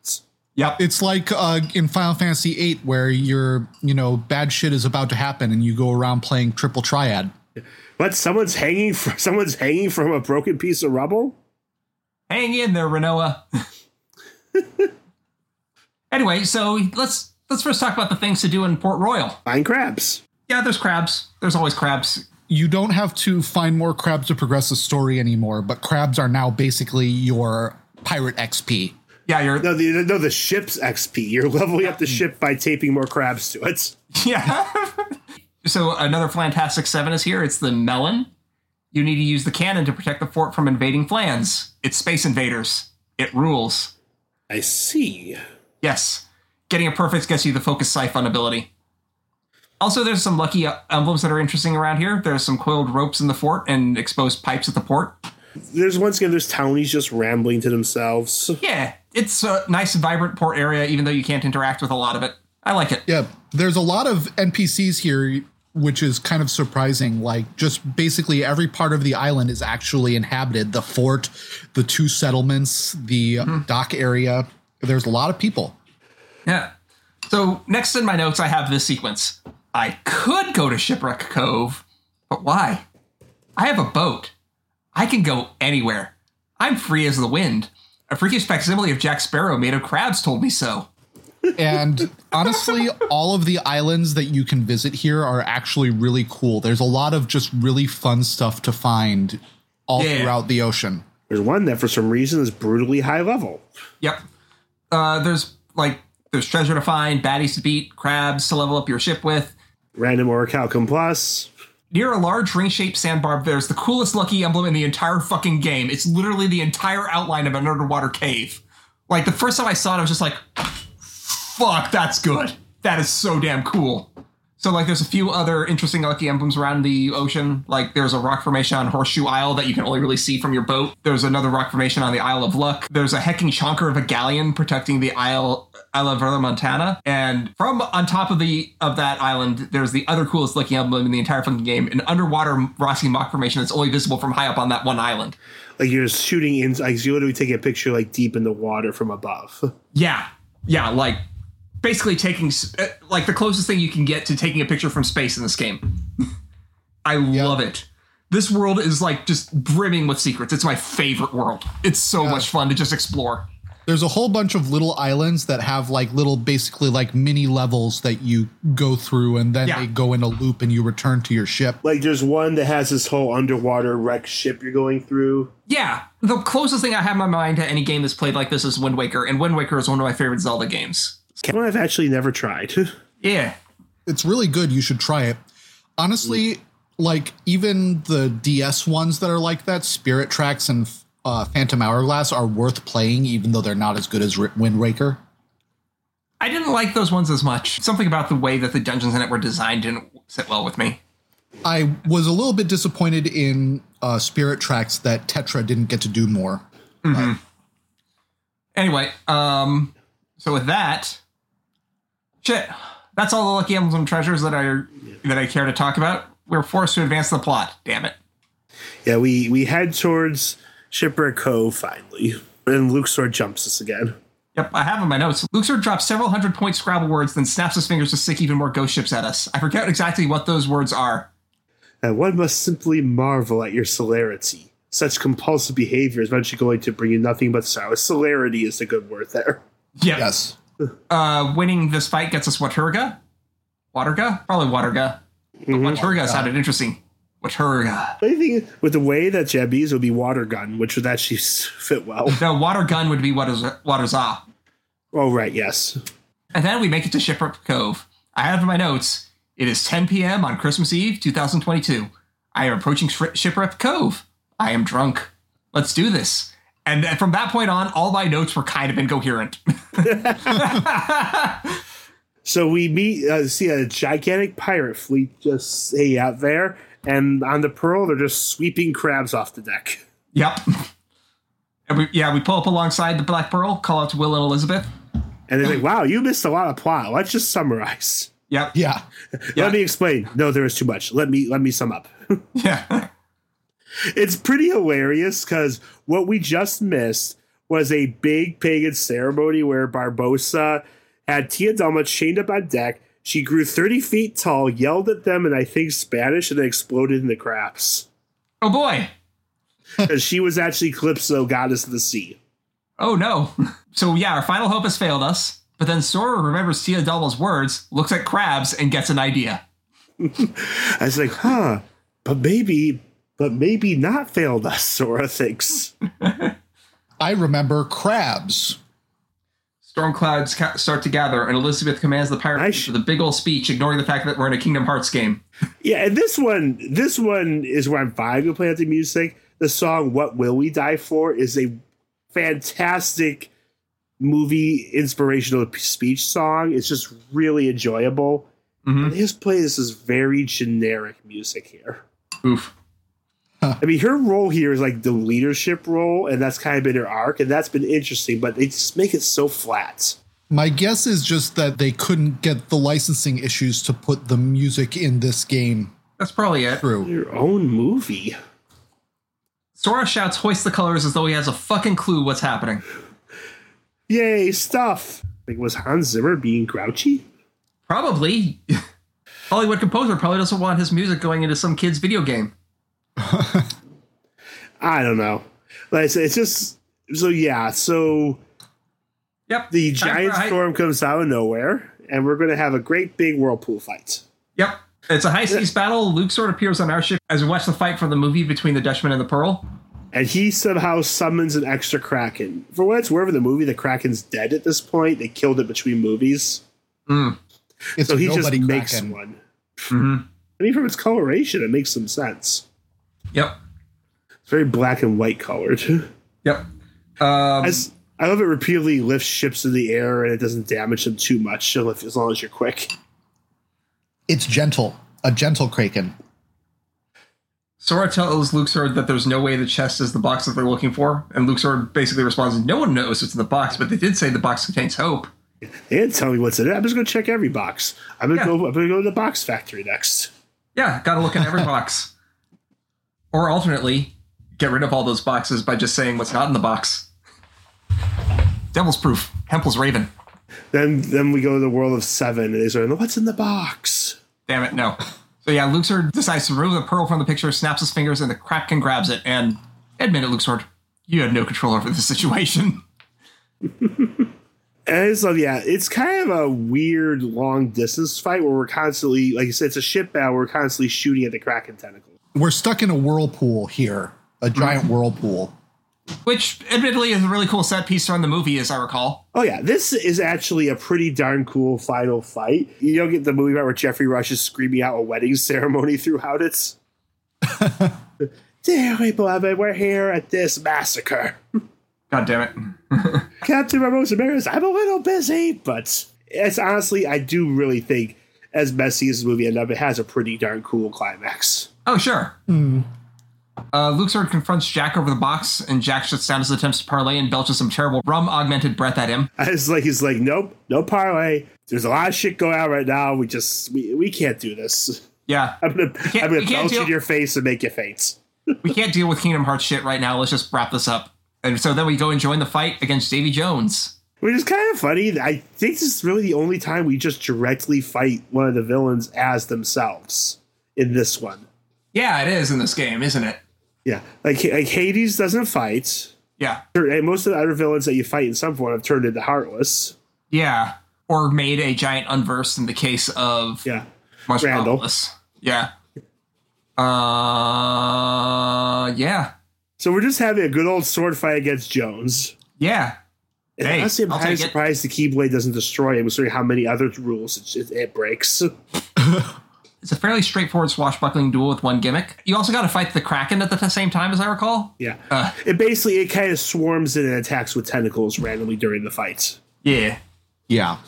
Speaker 1: Yep.
Speaker 4: It's like uh, in Final Fantasy VIII, where your you know bad shit is about to happen, and you go around playing triple triad.
Speaker 2: What? Someone's hanging from someone's hanging from a broken piece of rubble.
Speaker 1: Hang in there, Renoa. anyway, so let's let's first talk about the things to do in Port Royal.
Speaker 2: Find crabs.
Speaker 1: Yeah, there's crabs. There's always crabs.
Speaker 4: You don't have to find more crabs to progress the story anymore, but crabs are now basically your pirate XP.
Speaker 1: Yeah, you're
Speaker 2: No, the no the ship's XP. You're leveling up the ship by taping more crabs to it.
Speaker 1: [LAUGHS] Yeah. so another Fantastic Seven is here. It's the melon. You need to use the cannon to protect the fort from invading flans. It's Space Invaders. It rules.
Speaker 2: I see.
Speaker 1: Yes. Getting a perfect gets you the focus siphon ability. Also, there's some lucky uh, emblems that are interesting around here. There's some coiled ropes in the fort and exposed pipes at the port.
Speaker 2: There's once again there's townies just rambling to themselves.
Speaker 1: Yeah, it's a nice and vibrant port area, even though you can't interact with a lot of it. I like it.
Speaker 4: Yeah, there's a lot of NPCs here, which is kind of surprising. Like, just basically every part of the island is actually inhabited the fort, the two settlements, the dock area. There's a lot of people.
Speaker 1: Yeah. So next in my notes, I have this sequence. I could go to Shipwreck Cove, but why? I have a boat. I can go anywhere. I'm free as the wind. A freakish facsimile of Jack Sparrow made of crabs told me so. [LAUGHS]
Speaker 4: And honestly, all of the islands that you can visit here are actually really cool. There's a lot of just really fun stuff to find all
Speaker 1: Yeah.
Speaker 4: throughout the ocean.
Speaker 2: There's one that for some reason is brutally high level.
Speaker 1: Yep. Uh, there's like there's treasure to find, baddies to beat, crabs to level up your ship with.
Speaker 2: Random or Calcum Plus.
Speaker 1: Near a large ring-shaped sandbar, there's the coolest lucky emblem in the entire fucking game. It's literally the entire outline of an underwater cave. Like the first time I saw it, I was just like, "Fuck, that's good. That is so damn cool." So like, there's a few other interesting lucky emblems around the ocean. Like there's a rock formation on Horseshoe Isle that you can only really see from your boat. There's another rock formation on the Isle of Luck. There's a hecking chonker of a galleon protecting the Isle Isle of Verla Montana. And from on top of the of that island, there's the other coolest lucky emblem in the entire fucking game, an underwater rocky mock formation that's only visible from high up on that one island.
Speaker 2: Like you're shooting in like you literally take a picture like deep in the water from above. [LAUGHS]
Speaker 1: Yeah, yeah, like basically taking s- uh, like the closest thing you can get to taking a picture from space in this game. [LAUGHS] I love it. This world is like just brimming with secrets. It's my favorite world. It's so much fun to just explore.
Speaker 4: there's a whole bunch of little islands that have like little basically like mini levels that you go through and then
Speaker 1: Yeah.
Speaker 4: they go in a loop and you return to your ship.
Speaker 2: Like there's one that has this whole underwater wreck ship you're going through.
Speaker 1: Yeah, the closest thing I have in my mind to any game that's played like this is Wind Waker, and Wind Waker is one of my favorite Zelda games.
Speaker 2: One I've actually never tried. [LAUGHS]
Speaker 1: Yeah,
Speaker 4: it's really good. You should try it. Honestly, like even the DS ones that are like that, Spirit Tracks and uh, Phantom Hourglass are worth playing, even though they're not as good as R- Wind Waker.
Speaker 1: I didn't like those ones as much. Something about the way that the dungeons in it were designed didn't sit well with me.
Speaker 4: I was a little bit disappointed in uh, Spirit Tracks that Tetra didn't get to do more.
Speaker 1: Anyway, um, so with that, shit, that's all the lucky emblems and treasures that I that I care to talk about. We're forced to advance the plot. Damn it.
Speaker 2: yeah, we we head towards Shipwreck Cove finally, and Luxor jumps us again.
Speaker 1: Yep, I have in my notes. Luxor drops several hundred point Scrabble words, then snaps his fingers to stick even more ghost ships at us. I forget exactly what those words are.
Speaker 2: And one must simply marvel at your celerity. Such compulsive behavior is eventually going to bring you nothing but sorrow. Celerity is the good word there. [LAUGHS]
Speaker 1: Yep.
Speaker 4: Yes.
Speaker 1: Uh, winning this fight gets us Waturga? Waterga? Probably Waterga. But Waturga sounded interesting. Waturga.
Speaker 2: Anything with the way that Jebbies would be water gun, which would actually [LAUGHS] s- fit well.
Speaker 1: No, water gun would be Waterza. Waterza.
Speaker 2: oh right, yes.
Speaker 1: And then we make it to Shipwreck Cove. I have in my notes, it is 10 p.m. on Christmas Eve, 2022. I am approaching Shri- Shipwreck Cove. I am drunk. Let's do this. And then from that point on, all my notes were kind of incoherent. [LAUGHS]
Speaker 2: So we meet, uh, see a gigantic pirate fleet just hey out there, and on the Pearl they're just sweeping crabs off the deck.
Speaker 1: yep. And we, yeah, we pull up alongside the Black Pearl, call out to Will and Elizabeth.
Speaker 2: And they're like, "Wow, you missed a lot of plot. Let's just summarize.
Speaker 1: Yep. [LAUGHS]
Speaker 4: Yeah.
Speaker 1: Yeah.
Speaker 2: Let me explain. No, there is too much. Let me let me sum up. [LAUGHS]
Speaker 1: Yeah.
Speaker 2: it's pretty hilarious because what we just missed was a big pagan ceremony where Barbosa had Tia Delma chained up on deck. She grew thirty feet tall, yelled at them in I think Spanish, and then exploded into crabs.
Speaker 1: Oh boy.
Speaker 2: Because she was actually Calypso, goddess of the sea.
Speaker 1: Oh no. [LAUGHS] So yeah, our final hope has failed us. But then Sora remembers Tia Dalma's words, looks at crabs, and gets an idea.
Speaker 2: I was like, huh, but maybe, but maybe not failed us, [LAUGHS] Sora thinks.
Speaker 4: I remember crabs.
Speaker 1: Storm clouds ca- start to gather, and Elizabeth commands the pirate
Speaker 2: I
Speaker 1: fleet
Speaker 2: sh-
Speaker 1: with a big old speech, ignoring the fact that we're in a Kingdom Hearts game.
Speaker 2: Yeah, and this one, this one is where I'm vibing to play out the music. The song "What Will We Die For" is a fantastic movie inspirational p- speech song. It's just really enjoyable.
Speaker 1: Mhm.
Speaker 2: And his play this is very generic music here.
Speaker 1: Oof.
Speaker 2: I mean, her role here is like the leadership role, and that's kind of been her arc, and that's been interesting. But they just make it so flat.
Speaker 4: My guess is just that they couldn't get the licensing issues to put the music in this game
Speaker 1: That's probably it.
Speaker 4: through.
Speaker 2: Your own movie.
Speaker 1: Sora shouts, hoist the colors as though he has a fucking clue what's happening.
Speaker 2: Yay, stuff. Like, was Hans Zimmer being grouchy?
Speaker 1: Probably. [LAUGHS] Hollywood composer probably doesn't want his music going into some kid's video game.
Speaker 2: I don't know. Like I said, it's just so yeah. So
Speaker 1: Yep.
Speaker 2: the
Speaker 1: Time for
Speaker 2: giant
Speaker 1: a hike.
Speaker 2: storm comes out of nowhere, and we're going to have a great big whirlpool fight.
Speaker 1: Yep. It's a high seas battle. Luke sort of appears on our ship as we watch the fight from the movie between the Dutchman and the Pearl.
Speaker 2: And he somehow summons an extra kraken. For what it's worth, in the movie, the kraken's dead at this point. They killed it between movies,
Speaker 4: It's
Speaker 2: so he just
Speaker 4: nobody
Speaker 2: makes
Speaker 4: Kraken.
Speaker 2: one. I mean, from its coloration, it makes some sense.
Speaker 1: Yep.
Speaker 2: It's very black and white colored.
Speaker 1: Yep. Um,
Speaker 2: As I love it, repeatedly lifts ships in the air, and it doesn't damage them too much, so if- as long as you're quick.
Speaker 4: It's gentle. A gentle Kraken.
Speaker 1: Sora tells Luxord that there's no way the chest is the box that they're looking for, and Luxord basically responds, "No one knows what's in the box, but they did say the box contains hope."
Speaker 2: They didn't tell me what's in it. I'm just gonna check every box. I'm gonna
Speaker 1: Yeah.
Speaker 2: go. I'm gonna go to the box factory next.
Speaker 1: Yeah, gotta look in every box. Or alternately, get rid of all those boxes by just saying what's not in the box. Devil's proof. Hempel's Raven.
Speaker 2: Then then we go to the world of seven, and they sort of what's in the box.
Speaker 1: Damn it, no. So yeah, Luxord decides to remove the pearl from the picture, snaps his fingers, and the Kraken grabs it. And admit it, Luxord, you had no control over the [LAUGHS] situation.
Speaker 2: And so yeah, it's kind of a weird long distance fight where we're constantly, like you said, it's a ship battle. We're constantly shooting at the kraken tentacles.
Speaker 4: We're stuck in a whirlpool here, a giant
Speaker 2: Mm-hmm.
Speaker 4: whirlpool.
Speaker 1: Which, admittedly, is a really cool set piece from the movie, as I recall.
Speaker 2: Oh yeah, this is actually a pretty darn cool final fight. You don't get the movie part where Jeffrey Rush is screaming out a wedding [LAUGHS] ceremony throughout it.
Speaker 1: [LAUGHS]
Speaker 2: Dearly beloved, we're here at this massacre.
Speaker 1: God damn it.
Speaker 2: Captain Ramos Ramirez, I'm a little busy, but it's honestly, I do really think as messy as the movie ended up, it has a pretty darn cool climax. [LAUGHS]
Speaker 1: Oh, sure. Uh, Luke Sword confronts Jack over the box, and Jack shuts down his attempts to parlay and belches some terrible rum augmented breath at him.
Speaker 2: I was like, he's like, nope, no parlay. There's a lot of shit going on right now. We just, we, we can't do this. [LAUGHS]
Speaker 1: Yeah.
Speaker 2: I'm gonna,
Speaker 1: can't-
Speaker 2: I'm gonna
Speaker 1: you can't
Speaker 2: belch
Speaker 1: do-
Speaker 2: in your face and make you faint.
Speaker 1: We can't deal with Kingdom Hearts shit right now. Let's just wrap this up. And so then we go and join the fight against Davy Jones.
Speaker 2: Which is kind of funny. I think this is really the only time we just directly fight one of the villains as themselves in this one.
Speaker 1: Yeah, it is in this game, isn't it?
Speaker 2: Yeah, like like Hades doesn't fight.
Speaker 1: Yeah.
Speaker 2: Or- and Most of the other villains that you fight in some form have turned into heartless.
Speaker 1: Yeah. Or made a giant unverse in the case of
Speaker 2: Yeah,
Speaker 1: Marshmallows. Yeah. Uh, yeah.
Speaker 2: so we're just having a good old sword fight against Jones.
Speaker 1: Yeah.
Speaker 2: And
Speaker 1: Hey,
Speaker 2: honestly, I'm
Speaker 1: I'll
Speaker 2: kind of
Speaker 1: take it.
Speaker 2: surprised the Keyblade doesn't destroy him, considering how many other rules it, it, it breaks. [LAUGHS]
Speaker 1: It's a fairly straightforward swashbuckling duel with one gimmick. You also got to fight the Kraken at the t- same time, as I recall.
Speaker 2: Yeah,
Speaker 1: Uh.
Speaker 2: it basically it kind of swarms in and attacks with tentacles randomly during the fight.
Speaker 1: Yeah.
Speaker 4: Yeah.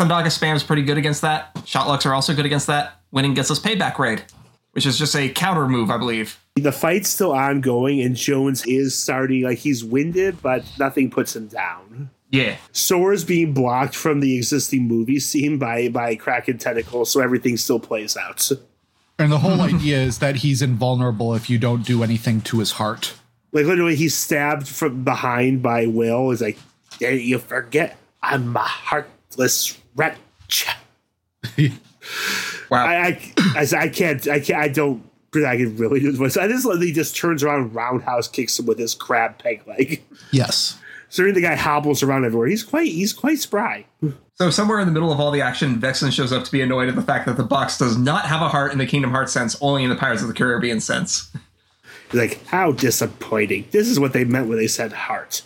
Speaker 1: Thundaga spam is pretty good against that. Shotlucks are also good against that. Winning gets us payback raid, which is just a counter move, I believe.
Speaker 2: The fight's still ongoing, and Jones is starting like he's winded, but nothing puts him down.
Speaker 1: Yeah.
Speaker 2: Sora's being blocked from the existing movie scene by by Kraken tentacles, so everything still plays out.
Speaker 4: And
Speaker 2: [LAUGHS]
Speaker 4: the whole idea is that he's invulnerable if you don't do anything to his heart.
Speaker 2: Like literally, he's stabbed from behind by Will. Is like, did you forget? I'm a heartless wretch.
Speaker 1: Wow.
Speaker 2: I I, I, s- I can't I can't I don't. I can really do the voice. I just love that he just turns around, and roundhouse kicks him with his crab peg leg.
Speaker 4: Yes.
Speaker 2: So the guy hobbles around everywhere. He's quite he's quite spry.
Speaker 1: so somewhere in the middle of all the action, Vexen shows up to be annoyed at the fact that the box does not have a heart in the Kingdom Hearts sense, only in the Pirates of the Caribbean sense.
Speaker 2: Like, how disappointing. This is what they meant when they said heart.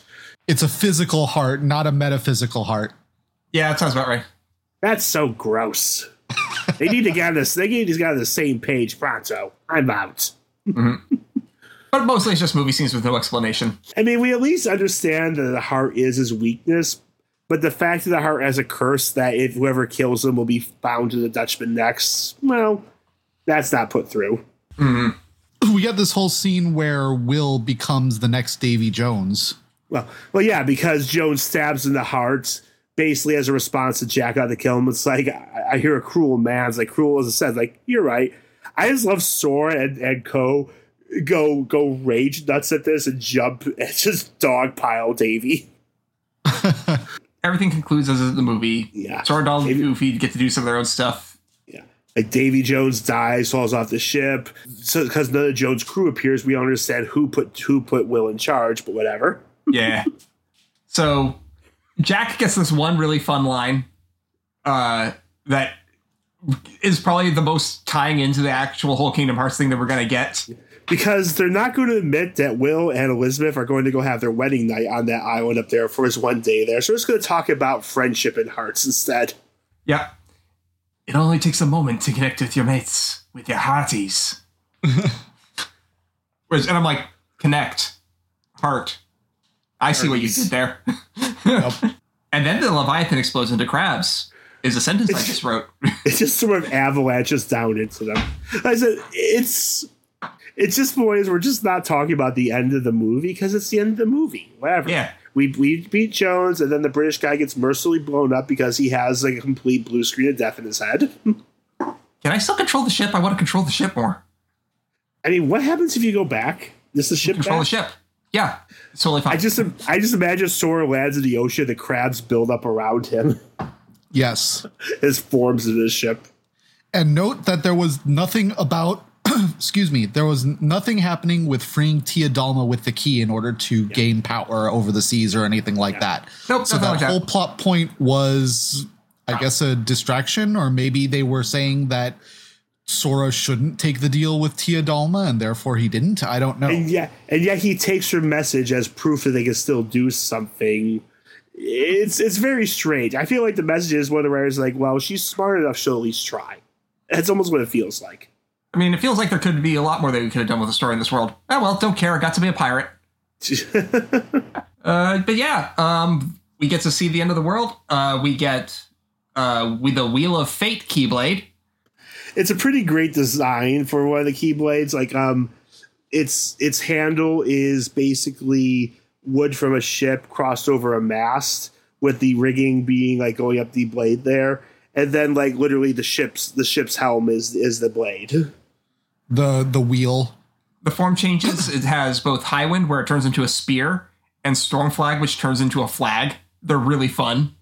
Speaker 4: It's a physical heart, not a metaphysical heart.
Speaker 1: Yeah, that sounds about right.
Speaker 2: That's so gross. they need to get on this. They need to get on the same page pronto. I'm out.
Speaker 1: But mostly it's just movie scenes with no explanation.
Speaker 2: I mean, we at least understand that the heart is his weakness, but the fact that the heart has a curse that if whoever kills him will be bound to the Dutchman next, well, that's not put through.
Speaker 4: We got this whole scene where Will becomes the next Davy Jones.
Speaker 2: Well, well, yeah, because Jones stabs in the heart, basically as a response to Jack out to kill him. It's like I, I hear a cruel man's like cruel as it says. Like you're right. I just love Sora and, and Co. Go go rage nuts at [LAUGHS] this and jump and just dogpile Davy.
Speaker 1: Everything concludes as is the movie.
Speaker 2: Yeah.
Speaker 1: Sora, Donald, and Goofy get to do some of their own stuff.
Speaker 2: Yeah, like Davy Jones dies, falls off the ship. So because none of Jones' crew appears, we don't understand who put who put Will in charge. But whatever.
Speaker 1: Yeah. so Jack gets this one really fun line uh, that is probably the most tying into the actual whole Kingdom Hearts thing that we're going to get.
Speaker 2: because they're not going to admit that Will and Elizabeth are going to go have their wedding night on that island up there for his one day there. So we're just going to talk about friendship and hearts instead. [LAUGHS]
Speaker 1: Yeah. It only takes a moment to connect with your mates, with your hearties. Whereas- and I'm like, connect, heart. I see what you did there. [LAUGHS] And then the Leviathan explodes into crabs, is a sentence I just wrote.
Speaker 2: It just sort of avalanches down into them. I said, it's it's just boys. We're just not talking about the end of the movie because it's the end of the movie. Whatever.
Speaker 1: Yeah.
Speaker 2: We, we beat Jones, and then the British guy gets mercilessly blown up because he has like, a complete blue screen of death in his head. [LAUGHS]
Speaker 1: Can I still control the ship? I want to control the ship more.
Speaker 2: I mean, what happens if you go back? Does the ship
Speaker 1: control
Speaker 2: back?
Speaker 1: the ship. Yeah, it's totally fine.
Speaker 2: I just I just imagine Sora lands in the ocean, the crabs build up around him [LAUGHS]
Speaker 4: Yes.
Speaker 2: as forms of his ship.
Speaker 4: And note that there was nothing about [CLEARS THROAT] excuse me, there was nothing happening with freeing Teodalma with the key in order to gain power over the seas or anything like that.
Speaker 1: Nope,
Speaker 4: so
Speaker 1: nothing
Speaker 4: that
Speaker 1: like that.
Speaker 4: whole plot point was, I guess, a distraction, or maybe they were saying that Sora shouldn't take the deal with Teodalma, and therefore he didn't. I don't know.
Speaker 2: And yeah, and yet he takes her message as proof that they can still do something. It's it's very strange. I feel like the message is one of the writers like, well, she's smart enough, she'll at least try. That's almost what it feels like. [LAUGHS]
Speaker 1: I mean, it feels like there could be a lot more that we could have done with the story in this world. Oh well, don't care. Got to be a pirate. Uh, but yeah, um, we get to see the end of the world. Uh, we get uh, with the Wheel of Fate Keyblade.
Speaker 2: it's a pretty great design for one of the keyblades. Like, um, its its handle is basically wood from a ship crossed over a mast, with the rigging being like going up the blade there, and then like literally the ship's the ship's helm is is the blade.
Speaker 4: The the wheel.
Speaker 1: The form changes. it has both High Wind, where it turns into a spear, and Storm Flag, which turns into a flag. They're really fun.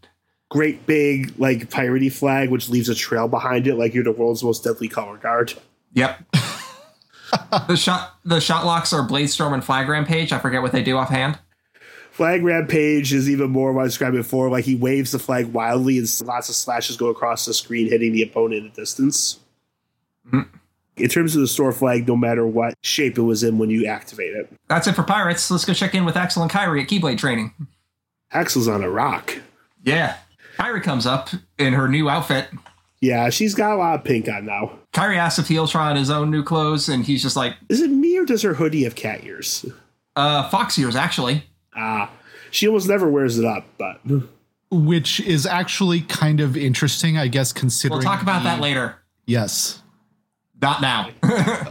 Speaker 2: Great big like piratey flag, which leaves a trail behind it, like you're the world's most deadly color guard.
Speaker 1: Yep. [LAUGHS] the shot the shot locks are Blade Storm and Flag Rampage. I forget what they do offhand.
Speaker 2: Flag rampage is even more what I described before. Like he waves the flag wildly, and lots of slashes go across the screen, hitting the opponent at distance. In terms of the store flag, no matter what shape it was in when you activate it,
Speaker 1: That's it for pirates. Let's go check in with Axel and Kyrie at Keyblade training.
Speaker 2: Axel's on a rock.
Speaker 1: Yeah. Kyrie comes up in her new outfit.
Speaker 2: Yeah, she's got a lot of pink on now.
Speaker 1: Kyrie asks if he'll try on his own new clothes, and he's just like,
Speaker 2: Is it me or does her hoodie have cat ears?
Speaker 1: uh, fox ears, actually.
Speaker 2: Ah, she almost never wears it up, but
Speaker 4: Which is actually kind of interesting, I guess, considering.
Speaker 1: We'll talk about
Speaker 4: the-
Speaker 1: that later.
Speaker 4: Yes.
Speaker 1: Not now.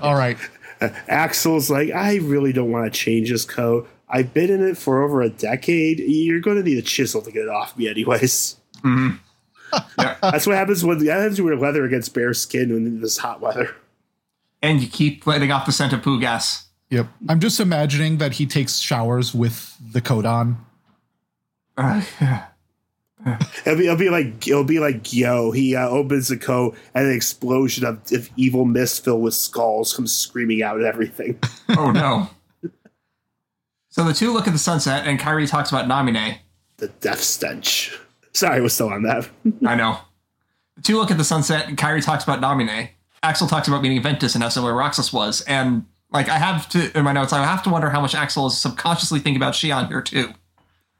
Speaker 4: All right.
Speaker 2: [LAUGHS] Axel's like, I really don't want to change this coat. I've been in it for over a decade. You're going to need a chisel to get it off me, anyways. [LAUGHS]
Speaker 1: Yeah.
Speaker 2: That's what happens when that happens when we're leather against bare skin when this hot weather.
Speaker 1: [LAUGHS] and you keep letting off the scent of poo gas. [LAUGHS]
Speaker 4: Yep. I'm just imagining that he takes showers with the coat on.
Speaker 1: Uh,
Speaker 2: It'll be, it'll be like it'll be like yo. He uh, opens the coat and an explosion of, of evil mist filled with skulls comes screaming out at everything. [LAUGHS]
Speaker 1: oh no. so the two look at the sunset, and Kyrie talks about Namine.
Speaker 2: The death stench. Sorry, we're still on that.
Speaker 1: I know. The two look at the sunset, and Kyrie talks about Namine. Axel talks about meeting Ventus and how similar Roxas was, and like I have to in my notes, I have to wonder how much Axel is subconsciously thinking about Shion here too.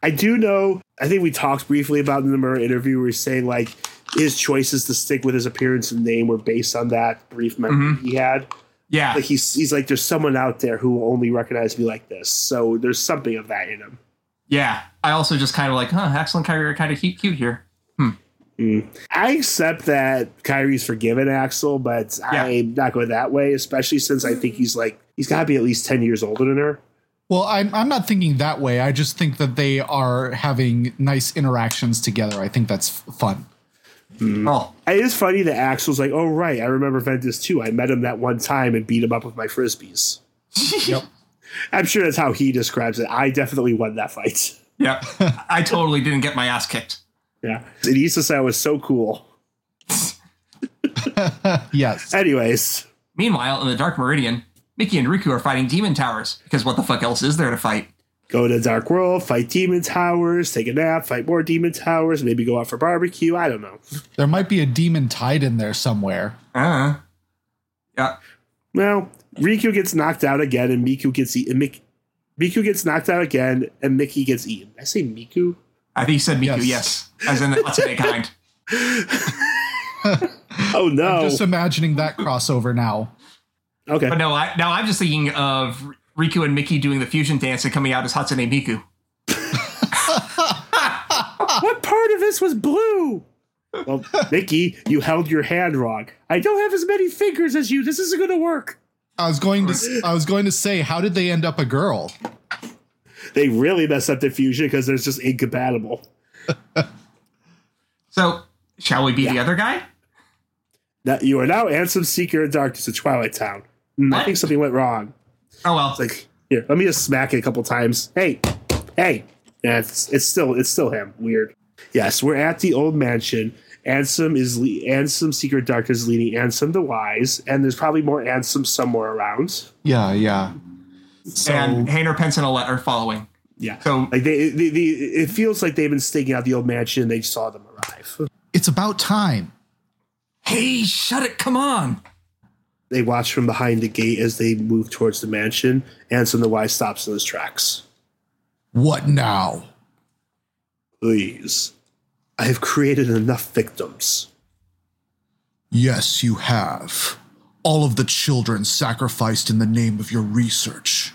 Speaker 2: I do know. I think we talked briefly about in the Murray interview. where he's saying like his choices to stick with his appearance and name were based on that brief memory he had.
Speaker 1: Yeah,
Speaker 2: Like he's he's like, there's someone out there who will only recognize me like this. So there's something of that in him.
Speaker 1: yeah. I also just kind of like, huh, Axel and Kyrie are kind of cute, cute here.
Speaker 2: I accept that Kyrie's forgiven Axel, but I'm not going that way, especially since I think he's like he's got to be at least ten years older than her.
Speaker 4: Well, I'm, I'm not thinking that way. I just think that they are having nice interactions together. I think that's f- fun. [LAUGHS]
Speaker 2: Mm.
Speaker 1: Oh,
Speaker 2: It is funny that Axel's like, "Oh right, I remember Ventus too. I met him that one time and beat him up with my frisbees."
Speaker 4: [LAUGHS] Yep.
Speaker 2: I'm sure that's how he describes it. I definitely won that fight. [LAUGHS]
Speaker 1: yep. I totally didn't get my ass kicked.
Speaker 2: Yeah, and he used to say I was so cool.
Speaker 4: Yes.
Speaker 2: Anyways,
Speaker 1: Meanwhile, in the Dark Meridian, Mickey and Riku are fighting demon towers because what the fuck else is there to fight?
Speaker 2: go to Dark World, fight demon towers, take a nap, fight more demon towers, maybe go out for barbecue. I don't know.
Speaker 4: There might be a demon tied in there somewhere.
Speaker 1: Uh, yeah,
Speaker 2: Well, Riku gets knocked out again, and Miku gets eaten. Mik- Miku gets knocked out again, and Mickey gets eaten. Did I say Miku.
Speaker 1: I think you said Miku, yes,
Speaker 4: Yes.
Speaker 1: as in that's a
Speaker 2: [LAUGHS]
Speaker 1: kind.
Speaker 2: Oh no!
Speaker 4: Just imagining that crossover now.
Speaker 2: okay,
Speaker 1: But no, I, now I'm just thinking of Riku and Mickey doing the fusion dance and coming out as Hatsune Miku.
Speaker 2: what part of this was blue? Well, Mickey, you held your hand wrong. I don't have as many fingers as you. This isn't going to work.
Speaker 4: I was going to s- I was going to say, how did they end up a girl?
Speaker 2: They really messed up the fusion because they're just incompatible.
Speaker 1: So, shall we be the other guy?
Speaker 2: That you are now handsome seeker in darkness of Twilight Town. Mm, I think something went wrong.
Speaker 1: Oh well,
Speaker 2: It's like here, let me just smack it a couple times. Hey, hey, yeah, it's it's still it's still him. Weird. Yes, we're at the old mansion, Ansem is le- Ansem Secret Dark is leading Ansem the Wise, and there's probably more Ansem somewhere around.
Speaker 4: Yeah, yeah. So
Speaker 1: and Hainer, Pence, and Alette are following.
Speaker 2: Yeah,
Speaker 1: So-
Speaker 2: like they, they, they, it feels like they've been staking out the old mansion. and They saw them arrive.
Speaker 4: it's about time.
Speaker 1: Hey, shut it! Come on.
Speaker 2: They watch from behind the gate as they move towards the mansion. Ansem the Wise stops in his tracks.
Speaker 4: What now?
Speaker 2: Please, I have created enough victims.
Speaker 4: Yes, you have. All of the children sacrificed in the name of your research.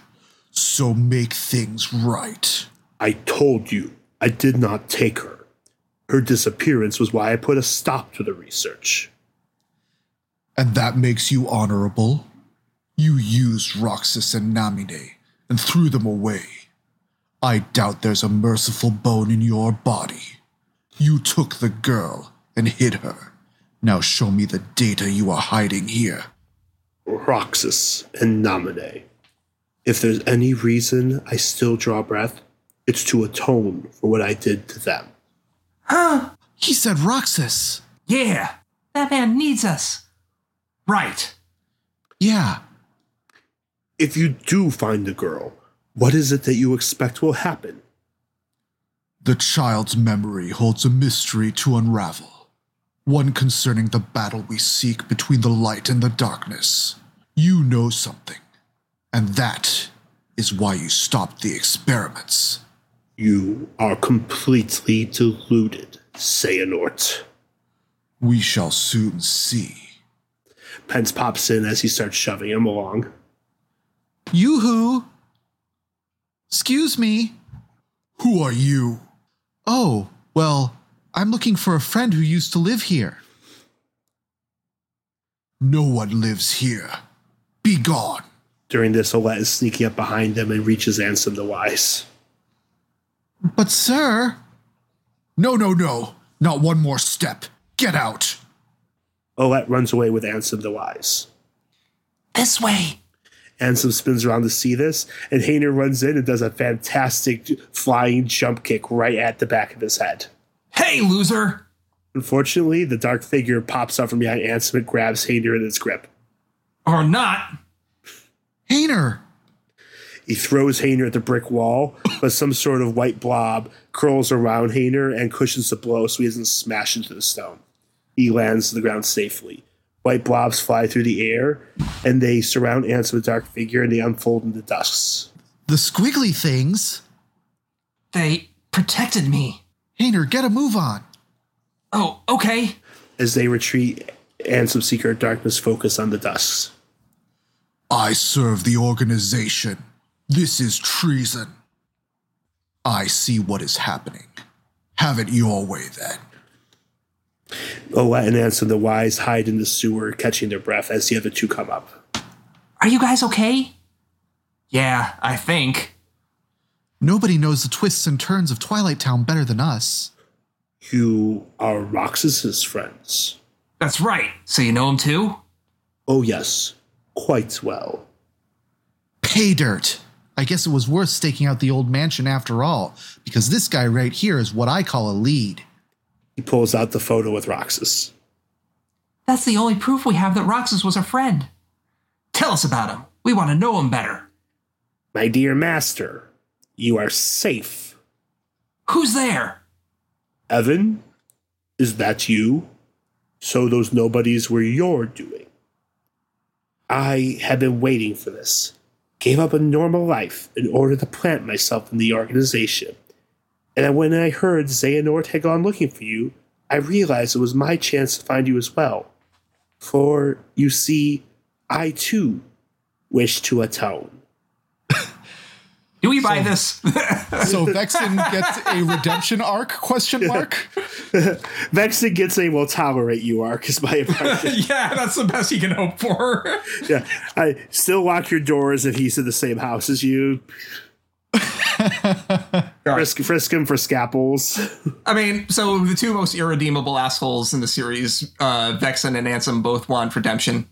Speaker 4: So make things right.
Speaker 2: I told you I did not take her. Her disappearance was why I put a stop to the research.
Speaker 4: And that makes you honorable. You used Roxas and Namine and threw them away. I doubt there's a merciful bone in your body. You took the girl and hid her. Now show me the data you are hiding here.
Speaker 2: Roxas and Namine. If there's any reason I still draw breath, it's to atone for what I did to them.
Speaker 1: Huh?
Speaker 4: He said Roxas.
Speaker 1: Yeah. That man needs us. Right.
Speaker 4: Yeah,
Speaker 2: If you do find the girl, what is it that you expect will happen?
Speaker 4: The child's memory holds a mystery to unravel, one concerning the battle we seek between the light and the darkness. You know something, and that is why you stopped the experiments.
Speaker 2: You are completely deluded, Xehanort.
Speaker 4: We shall soon see.
Speaker 2: Pence pops in as he starts shoving him along.
Speaker 4: Yoo-hoo! Excuse me. Who are you? Oh, well, I'm looking for a friend who used to live here. No one lives here. Be gone.
Speaker 2: During this, Olet is sneaking up behind them and reaches Ansem the Wise.
Speaker 4: But, sir. No, no, no. Not one more step. Get out.
Speaker 2: Olet runs away with Ansem the Wise.
Speaker 1: This way.
Speaker 2: Ansem spins around to see this, and Hayner runs in and does a fantastic flying jump kick right at the back of his head.
Speaker 1: Hey, loser.
Speaker 2: Unfortunately, the dark figure pops up from behind Ansem and grabs Hayner in its grip.
Speaker 1: Or not.
Speaker 4: Hainer.
Speaker 2: He throws Hayner at the brick wall, but some sort of white blob curls around Hayner and cushions the blow so he doesn't smash into the stone. He lands to the ground safely. White blobs fly through the air, and they surround Ansem the dark figure and they unfold into dusks.
Speaker 4: The squiggly things.
Speaker 1: They protected me.
Speaker 4: Hainer, get a move on.
Speaker 1: Oh, okay.
Speaker 2: As they retreat, Ansem Seeker of Darkness focus on the dusks.
Speaker 4: I serve the organization. This is treason. I see what is happening. Have it your way, then.
Speaker 2: Olet and Ansem the Wise hide in the sewer, catching their breath as the other two come up.
Speaker 1: Are you guys okay? Yeah, I think.
Speaker 4: Nobody knows the twists and turns of Twilight Town better than us.
Speaker 2: You are Roxas's friends.
Speaker 1: That's right. So you know him too?
Speaker 2: Oh, yes, quite well.
Speaker 4: Pay dirt. I guess it was worth staking out the old mansion after all, because this guy right here is what I call a lead.
Speaker 2: He pulls out the photo with Roxas.
Speaker 1: That's the only proof we have that Roxas was a friend. Tell us about him. We want to know him better.
Speaker 2: My dear master, you are safe.
Speaker 1: Who's there?
Speaker 2: Evan, is that you? So those nobodies were your doing. I have been waiting for this. Gave up a normal life in order to plant myself in the organization. And when I heard Xehanort had gone looking for you, I realized it was my chance to find you as well. For, you see, I too wish to atone.
Speaker 1: Do we buy this? [LAUGHS]
Speaker 5: So Vexen gets a redemption arc? Question mark.
Speaker 2: [LAUGHS] Vexen gets a will tolerate you arc is [LAUGHS] my impression.
Speaker 1: yeah, that's the best you can hope for. [LAUGHS]
Speaker 2: yeah. I still lock your doors if he's in the same house as you. frisk, frisk him for scalpels.
Speaker 1: I mean, so the two most irredeemable assholes in the series, uh, Vexen and Ansem, both want redemption.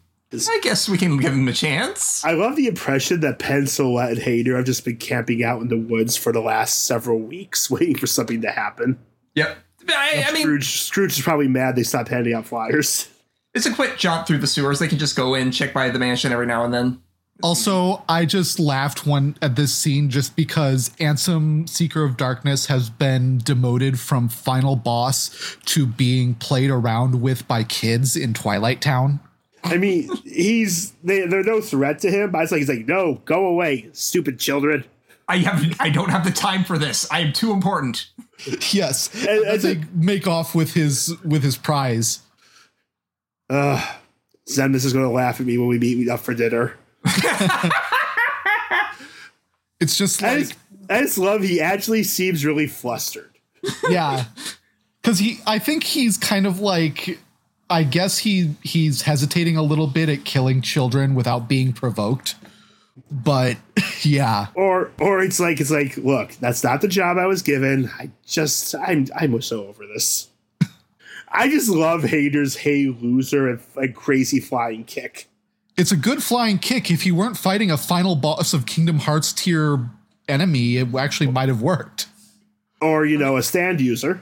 Speaker 1: I guess we can give them a chance.
Speaker 2: I love the impression that Pencil and Hater have [LAUGHS] just been camping out in the woods for the last several weeks waiting for something to happen.
Speaker 1: Yep. I, I mean,
Speaker 2: Scrooge, Scrooge is probably mad they stopped handing out flyers. [LAUGHS]
Speaker 1: it's a quick jaunt through the sewers. They can just go in, check by the mansion every now and then.
Speaker 4: Also, I just laughed one at this scene just because Ansem Seeker of Darkness has been demoted from final boss to being played around with by kids in Twilight Town.
Speaker 2: I mean, he's they, they're no threat to him, but it's like he's like, no, go away, stupid children.
Speaker 1: I have I don't have the time for this. I am too important.
Speaker 4: Yes,
Speaker 2: I- I
Speaker 4: as they make off with his with his prize.
Speaker 2: Zemnis is going to laugh at me when we meet up for dinner.
Speaker 4: It's just
Speaker 2: I
Speaker 4: like
Speaker 2: just, I just love he actually seems really flustered.
Speaker 4: yeah because he i think he's kind of like i guess he he's hesitating a little bit at killing children without being provoked but [LAUGHS] yeah
Speaker 2: Or or it's like it's like, look, that's not the job I was given. I just I'm I'm so over this. I just love haters, hey loser, and a crazy flying kick.
Speaker 4: it's a good flying kick if he weren't fighting a final boss of kingdom hearts tier enemy it actually might have worked
Speaker 2: Or, you know, a stand user.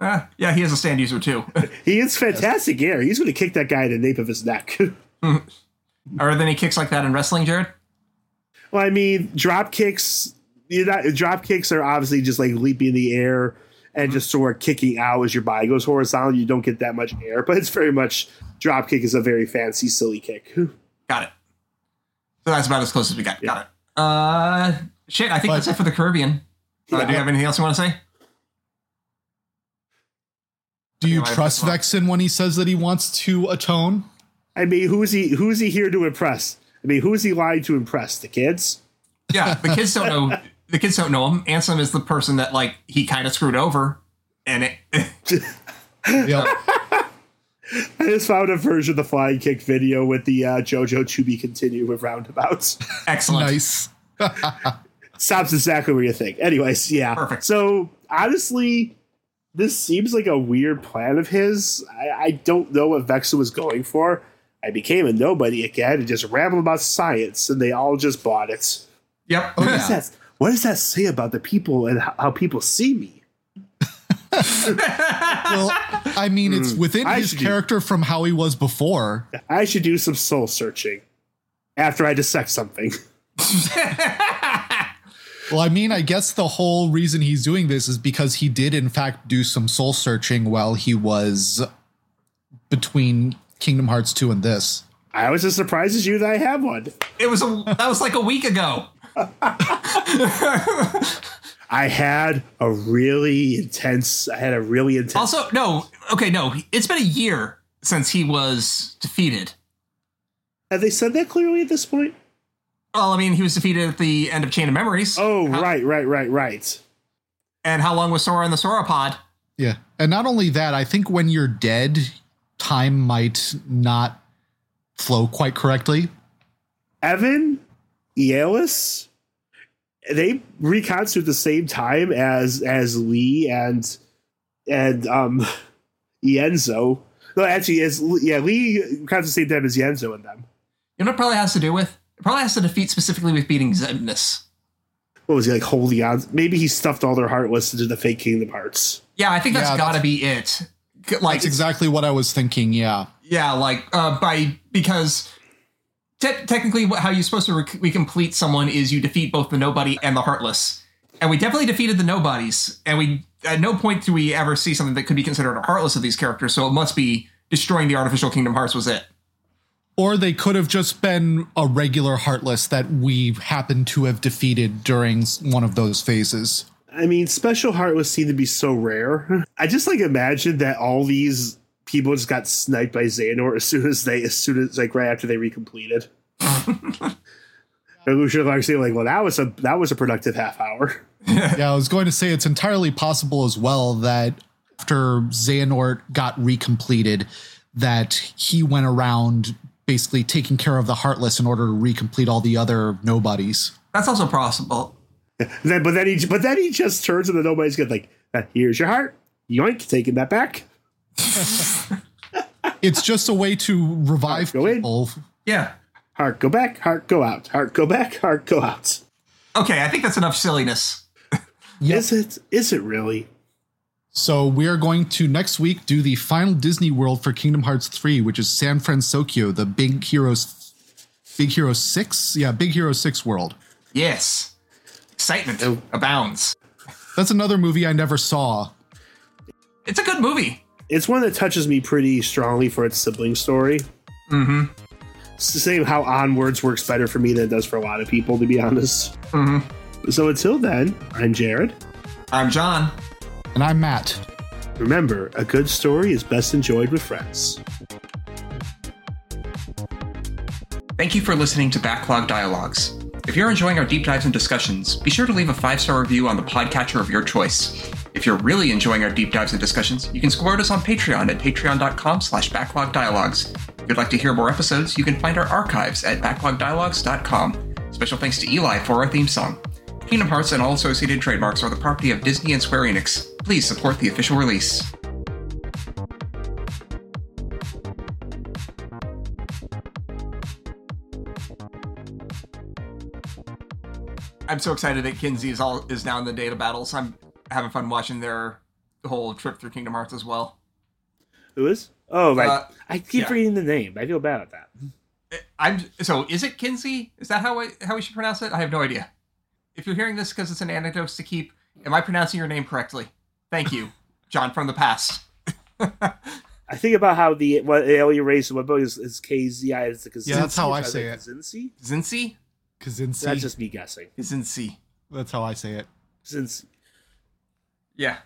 Speaker 1: Ah, yeah, he has a stand user too.
Speaker 2: He is fantastic air. He's gonna kick that guy in the nape of his neck. [LAUGHS]
Speaker 1: Are there any kicks like that in wrestling, Jared?
Speaker 2: Well, I mean, drop kicks. You know, drop kicks are obviously just like leaping in the air and just sort of kicking out as your body goes horizontal. You don't get that much air, but it's very much drop kick is a very fancy, silly kick. [LAUGHS]
Speaker 1: Got it. So that's about as close as we got. Got it. Uh, shit. I think that's it for the Caribbean. Uh, do you have anything else you want to say?
Speaker 4: do you
Speaker 1: Okay, I-
Speaker 4: trust vexen when he says that he wants to atone
Speaker 2: I mean, who is he? Who is he here to impress? I mean, who is he lying to impress? The kids?
Speaker 1: Yeah, the kids don't know. The kids don't know him. Ansem is the person that like he kind of screwed over, and it. [LAUGHS]
Speaker 4: yep.
Speaker 2: I just found a version of the flying kick video with the uh, JoJo to be continued with roundabouts. [LAUGHS]
Speaker 1: excellent.
Speaker 4: nice
Speaker 2: stops exactly where you think. Anyways, yeah.
Speaker 1: Perfect.
Speaker 2: So honestly, this seems like a weird plan of his. I, I don't know what Vexa was going for. I became a nobody again and just rambled about science, and they all just bought it.
Speaker 1: Yep.
Speaker 4: Oh,
Speaker 2: What does
Speaker 4: yeah.
Speaker 2: that, what does that say about the people and how, how people see me?
Speaker 4: well i mean it's within
Speaker 2: I
Speaker 4: his
Speaker 2: should do-
Speaker 4: character from how he was before
Speaker 2: I should do some soul searching after I dissect something. [LAUGHS]
Speaker 4: Well, I mean, I guess the whole reason he's doing this is because he did, in fact, do some soul searching while he was between Kingdom Hearts 2 and this.
Speaker 2: I was as surprised as you that I have one.
Speaker 1: It was a that was like a week
Speaker 4: [LAUGHS]
Speaker 1: ago.
Speaker 2: I had a really intense. I had a really intense.
Speaker 1: Also, no. Okay, no. It's been a year since he was defeated.
Speaker 2: have they said that clearly at this point?
Speaker 1: Well, I mean, he was defeated at the end of Chain of Memories.
Speaker 2: Oh, right, right, right, right.
Speaker 1: And how long was Sora in the Sora pod?
Speaker 4: Yeah. And not only that, I think when you're dead, time might not flow quite correctly.
Speaker 2: Evan, Yalis, they reconstitute the same time as as Lee and and um [LAUGHS] Yenzo. No, actually, is yeah, Lee reconstitutes the same time as Yenzo and them.
Speaker 1: You know what it probably has to do with? It probably has to defeat specifically with beating Zemnis.
Speaker 2: What was he like holding on? Maybe he stuffed all their heartless into the fake Kingdom Hearts.
Speaker 1: Yeah, I think that's
Speaker 4: Yeah,
Speaker 1: got to
Speaker 4: that's-
Speaker 1: be it. G- Like,
Speaker 4: That's exactly what I was thinking. Yeah.
Speaker 1: yeah, like uh, by because te- technically, what, how you're supposed to rec- we complete someone is you defeat both the nobody and the heartless. And we definitely defeated the nobodies, and we at no point do we ever see something that could be considered a heartless of these characters. So it must be destroying the artificial Kingdom Hearts was it.
Speaker 4: Or they could have just been a regular Heartless that we happened to have defeated during s- one of those phases.
Speaker 2: I mean, special heartless seem to be so rare. [LAUGHS] I just like imagine that all these people just got sniped by Xehanort as soon as they, as soon as like right after they recompleted. And Lucia Clark saying like, well, that was a that was a productive half hour. [LAUGHS]
Speaker 4: Yeah, I was going to say it's entirely possible as well that after Xehanort got recompleted, that he went around basically taking care of the Heartless in order to recomplete all the other nobodies.
Speaker 1: That's also possible.
Speaker 2: Then, but then he but then he just turns and nobody's good. Like, "Uh, here's your heart. Yoink, taking that back.
Speaker 4: It's just a way to revive
Speaker 2: Go in.
Speaker 4: people.
Speaker 1: Yeah.
Speaker 2: Heart go back. Heart go out. Heart go back. Heart go out.
Speaker 1: Okay, I think that's enough silliness.
Speaker 4: Yep.
Speaker 2: Is it? Is it really?
Speaker 4: So we are going to next week do the final Disney World for Kingdom Hearts 3, which is San Francisco, the Big Heroes Big Hero 6. Yeah, Big Hero 6 World.
Speaker 1: Yes. Excitement
Speaker 2: Oh.
Speaker 1: abounds.
Speaker 4: That's another movie I never saw.
Speaker 1: It's a good movie.
Speaker 2: It's one that touches me pretty strongly for its sibling story. Mm-hmm. It's the same how Onwards works better for me than it does for a lot of people, to be honest. Mm-hmm. So until then, I'm Jared.
Speaker 1: I'm John.
Speaker 4: And I'm Matt.
Speaker 2: Remember, a good story is best enjoyed with friends.
Speaker 1: Thank you for listening to Backlog Dialogues. If you're enjoying our deep dives and discussions, be sure to leave a five star review on the podcatcher of your choice. If you're really enjoying our deep dives and discussions, you can support us on Patreon at patreon.com slash backlogdialogues. If you'd like to hear more episodes, you can find our archives at backlogdialogues.com. Special thanks to Eli for our theme song. Kingdom Hearts and all associated trademarks are the property of Disney and Square Enix. Please support the official release. I'm so excited that Kinsey is all is now in the data battles. I'm having fun watching their whole trip through Kingdom Hearts as well.
Speaker 2: Who is? Oh, right.
Speaker 1: Uh,
Speaker 2: I keep
Speaker 1: yeah.
Speaker 2: reading the name. I feel bad at that.
Speaker 1: I'm so is it Kinsey? Is that how I how we should pronounce it? I have no idea. If you're hearing this because it's an anecdote to keep, am I pronouncing your name correctly? Thank you, John from the past.
Speaker 2: I think about how the what alien race what about is, is KZI is the Kazinsi,
Speaker 4: Yeah, that's how I
Speaker 2: which
Speaker 4: say
Speaker 2: think
Speaker 4: it.
Speaker 2: Kazinsi?
Speaker 1: Zinsi?
Speaker 2: That's
Speaker 4: Kazinsi.
Speaker 2: just me guessing.
Speaker 1: Zinsi.
Speaker 4: That's how I say it.
Speaker 2: Kazinsi.
Speaker 1: Yeah.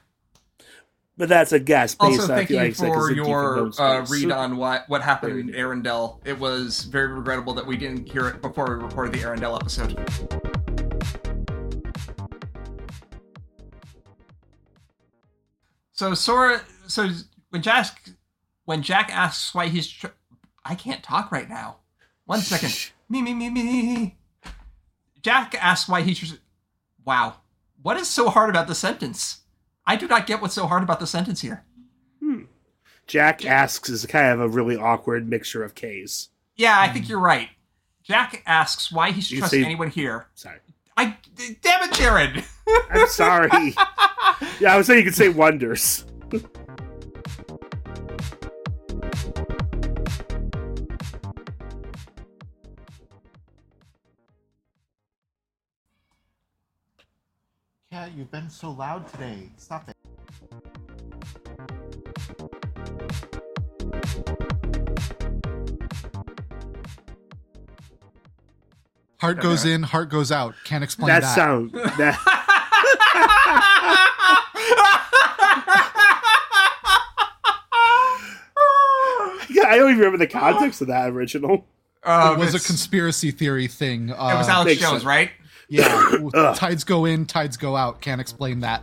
Speaker 2: But that's a guess based
Speaker 1: Also,
Speaker 2: on
Speaker 1: thank
Speaker 2: I feel
Speaker 1: you
Speaker 2: like it's like
Speaker 1: for
Speaker 2: Kazinsi
Speaker 1: your
Speaker 2: from
Speaker 1: uh,
Speaker 2: Homespace.
Speaker 1: read on what, what happened in
Speaker 2: Very
Speaker 1: Arendelle. It was very regrettable that we didn't hear it before we recorded the Arendelle episode. So Sora, so when Jack when Jack asks why he's, tr- I can't talk right now. One second, me me me me. Jack asks why he. Tr- wow, what is so hard about the sentence? I do not get what's so hard about the sentence here.
Speaker 2: Jack asks is kind of a really awkward mixture of K's.
Speaker 1: Yeah, I think you're right. Jack asks why he should
Speaker 2: Hmm. You
Speaker 1: trust
Speaker 2: see-
Speaker 1: anyone here.
Speaker 2: Sorry.
Speaker 1: I d- damn it, Jared. [LAUGHS]
Speaker 2: I'm sorry. yeah, I was saying you could say wonders.
Speaker 6: Cat, you've been so loud today. Stop it.
Speaker 4: Heart goes in, heart goes out. Can't explain
Speaker 2: That
Speaker 4: that.
Speaker 2: sound that [LAUGHS] yeah, I don't even remember the context of that original.
Speaker 1: Um,
Speaker 4: it was a
Speaker 1: it's-
Speaker 4: conspiracy theory thing. Uh,
Speaker 1: it was Alex
Speaker 2: Makes
Speaker 1: Jones,
Speaker 2: sense.
Speaker 1: right?
Speaker 4: yeah, tides go in, tides go out. Can't explain that.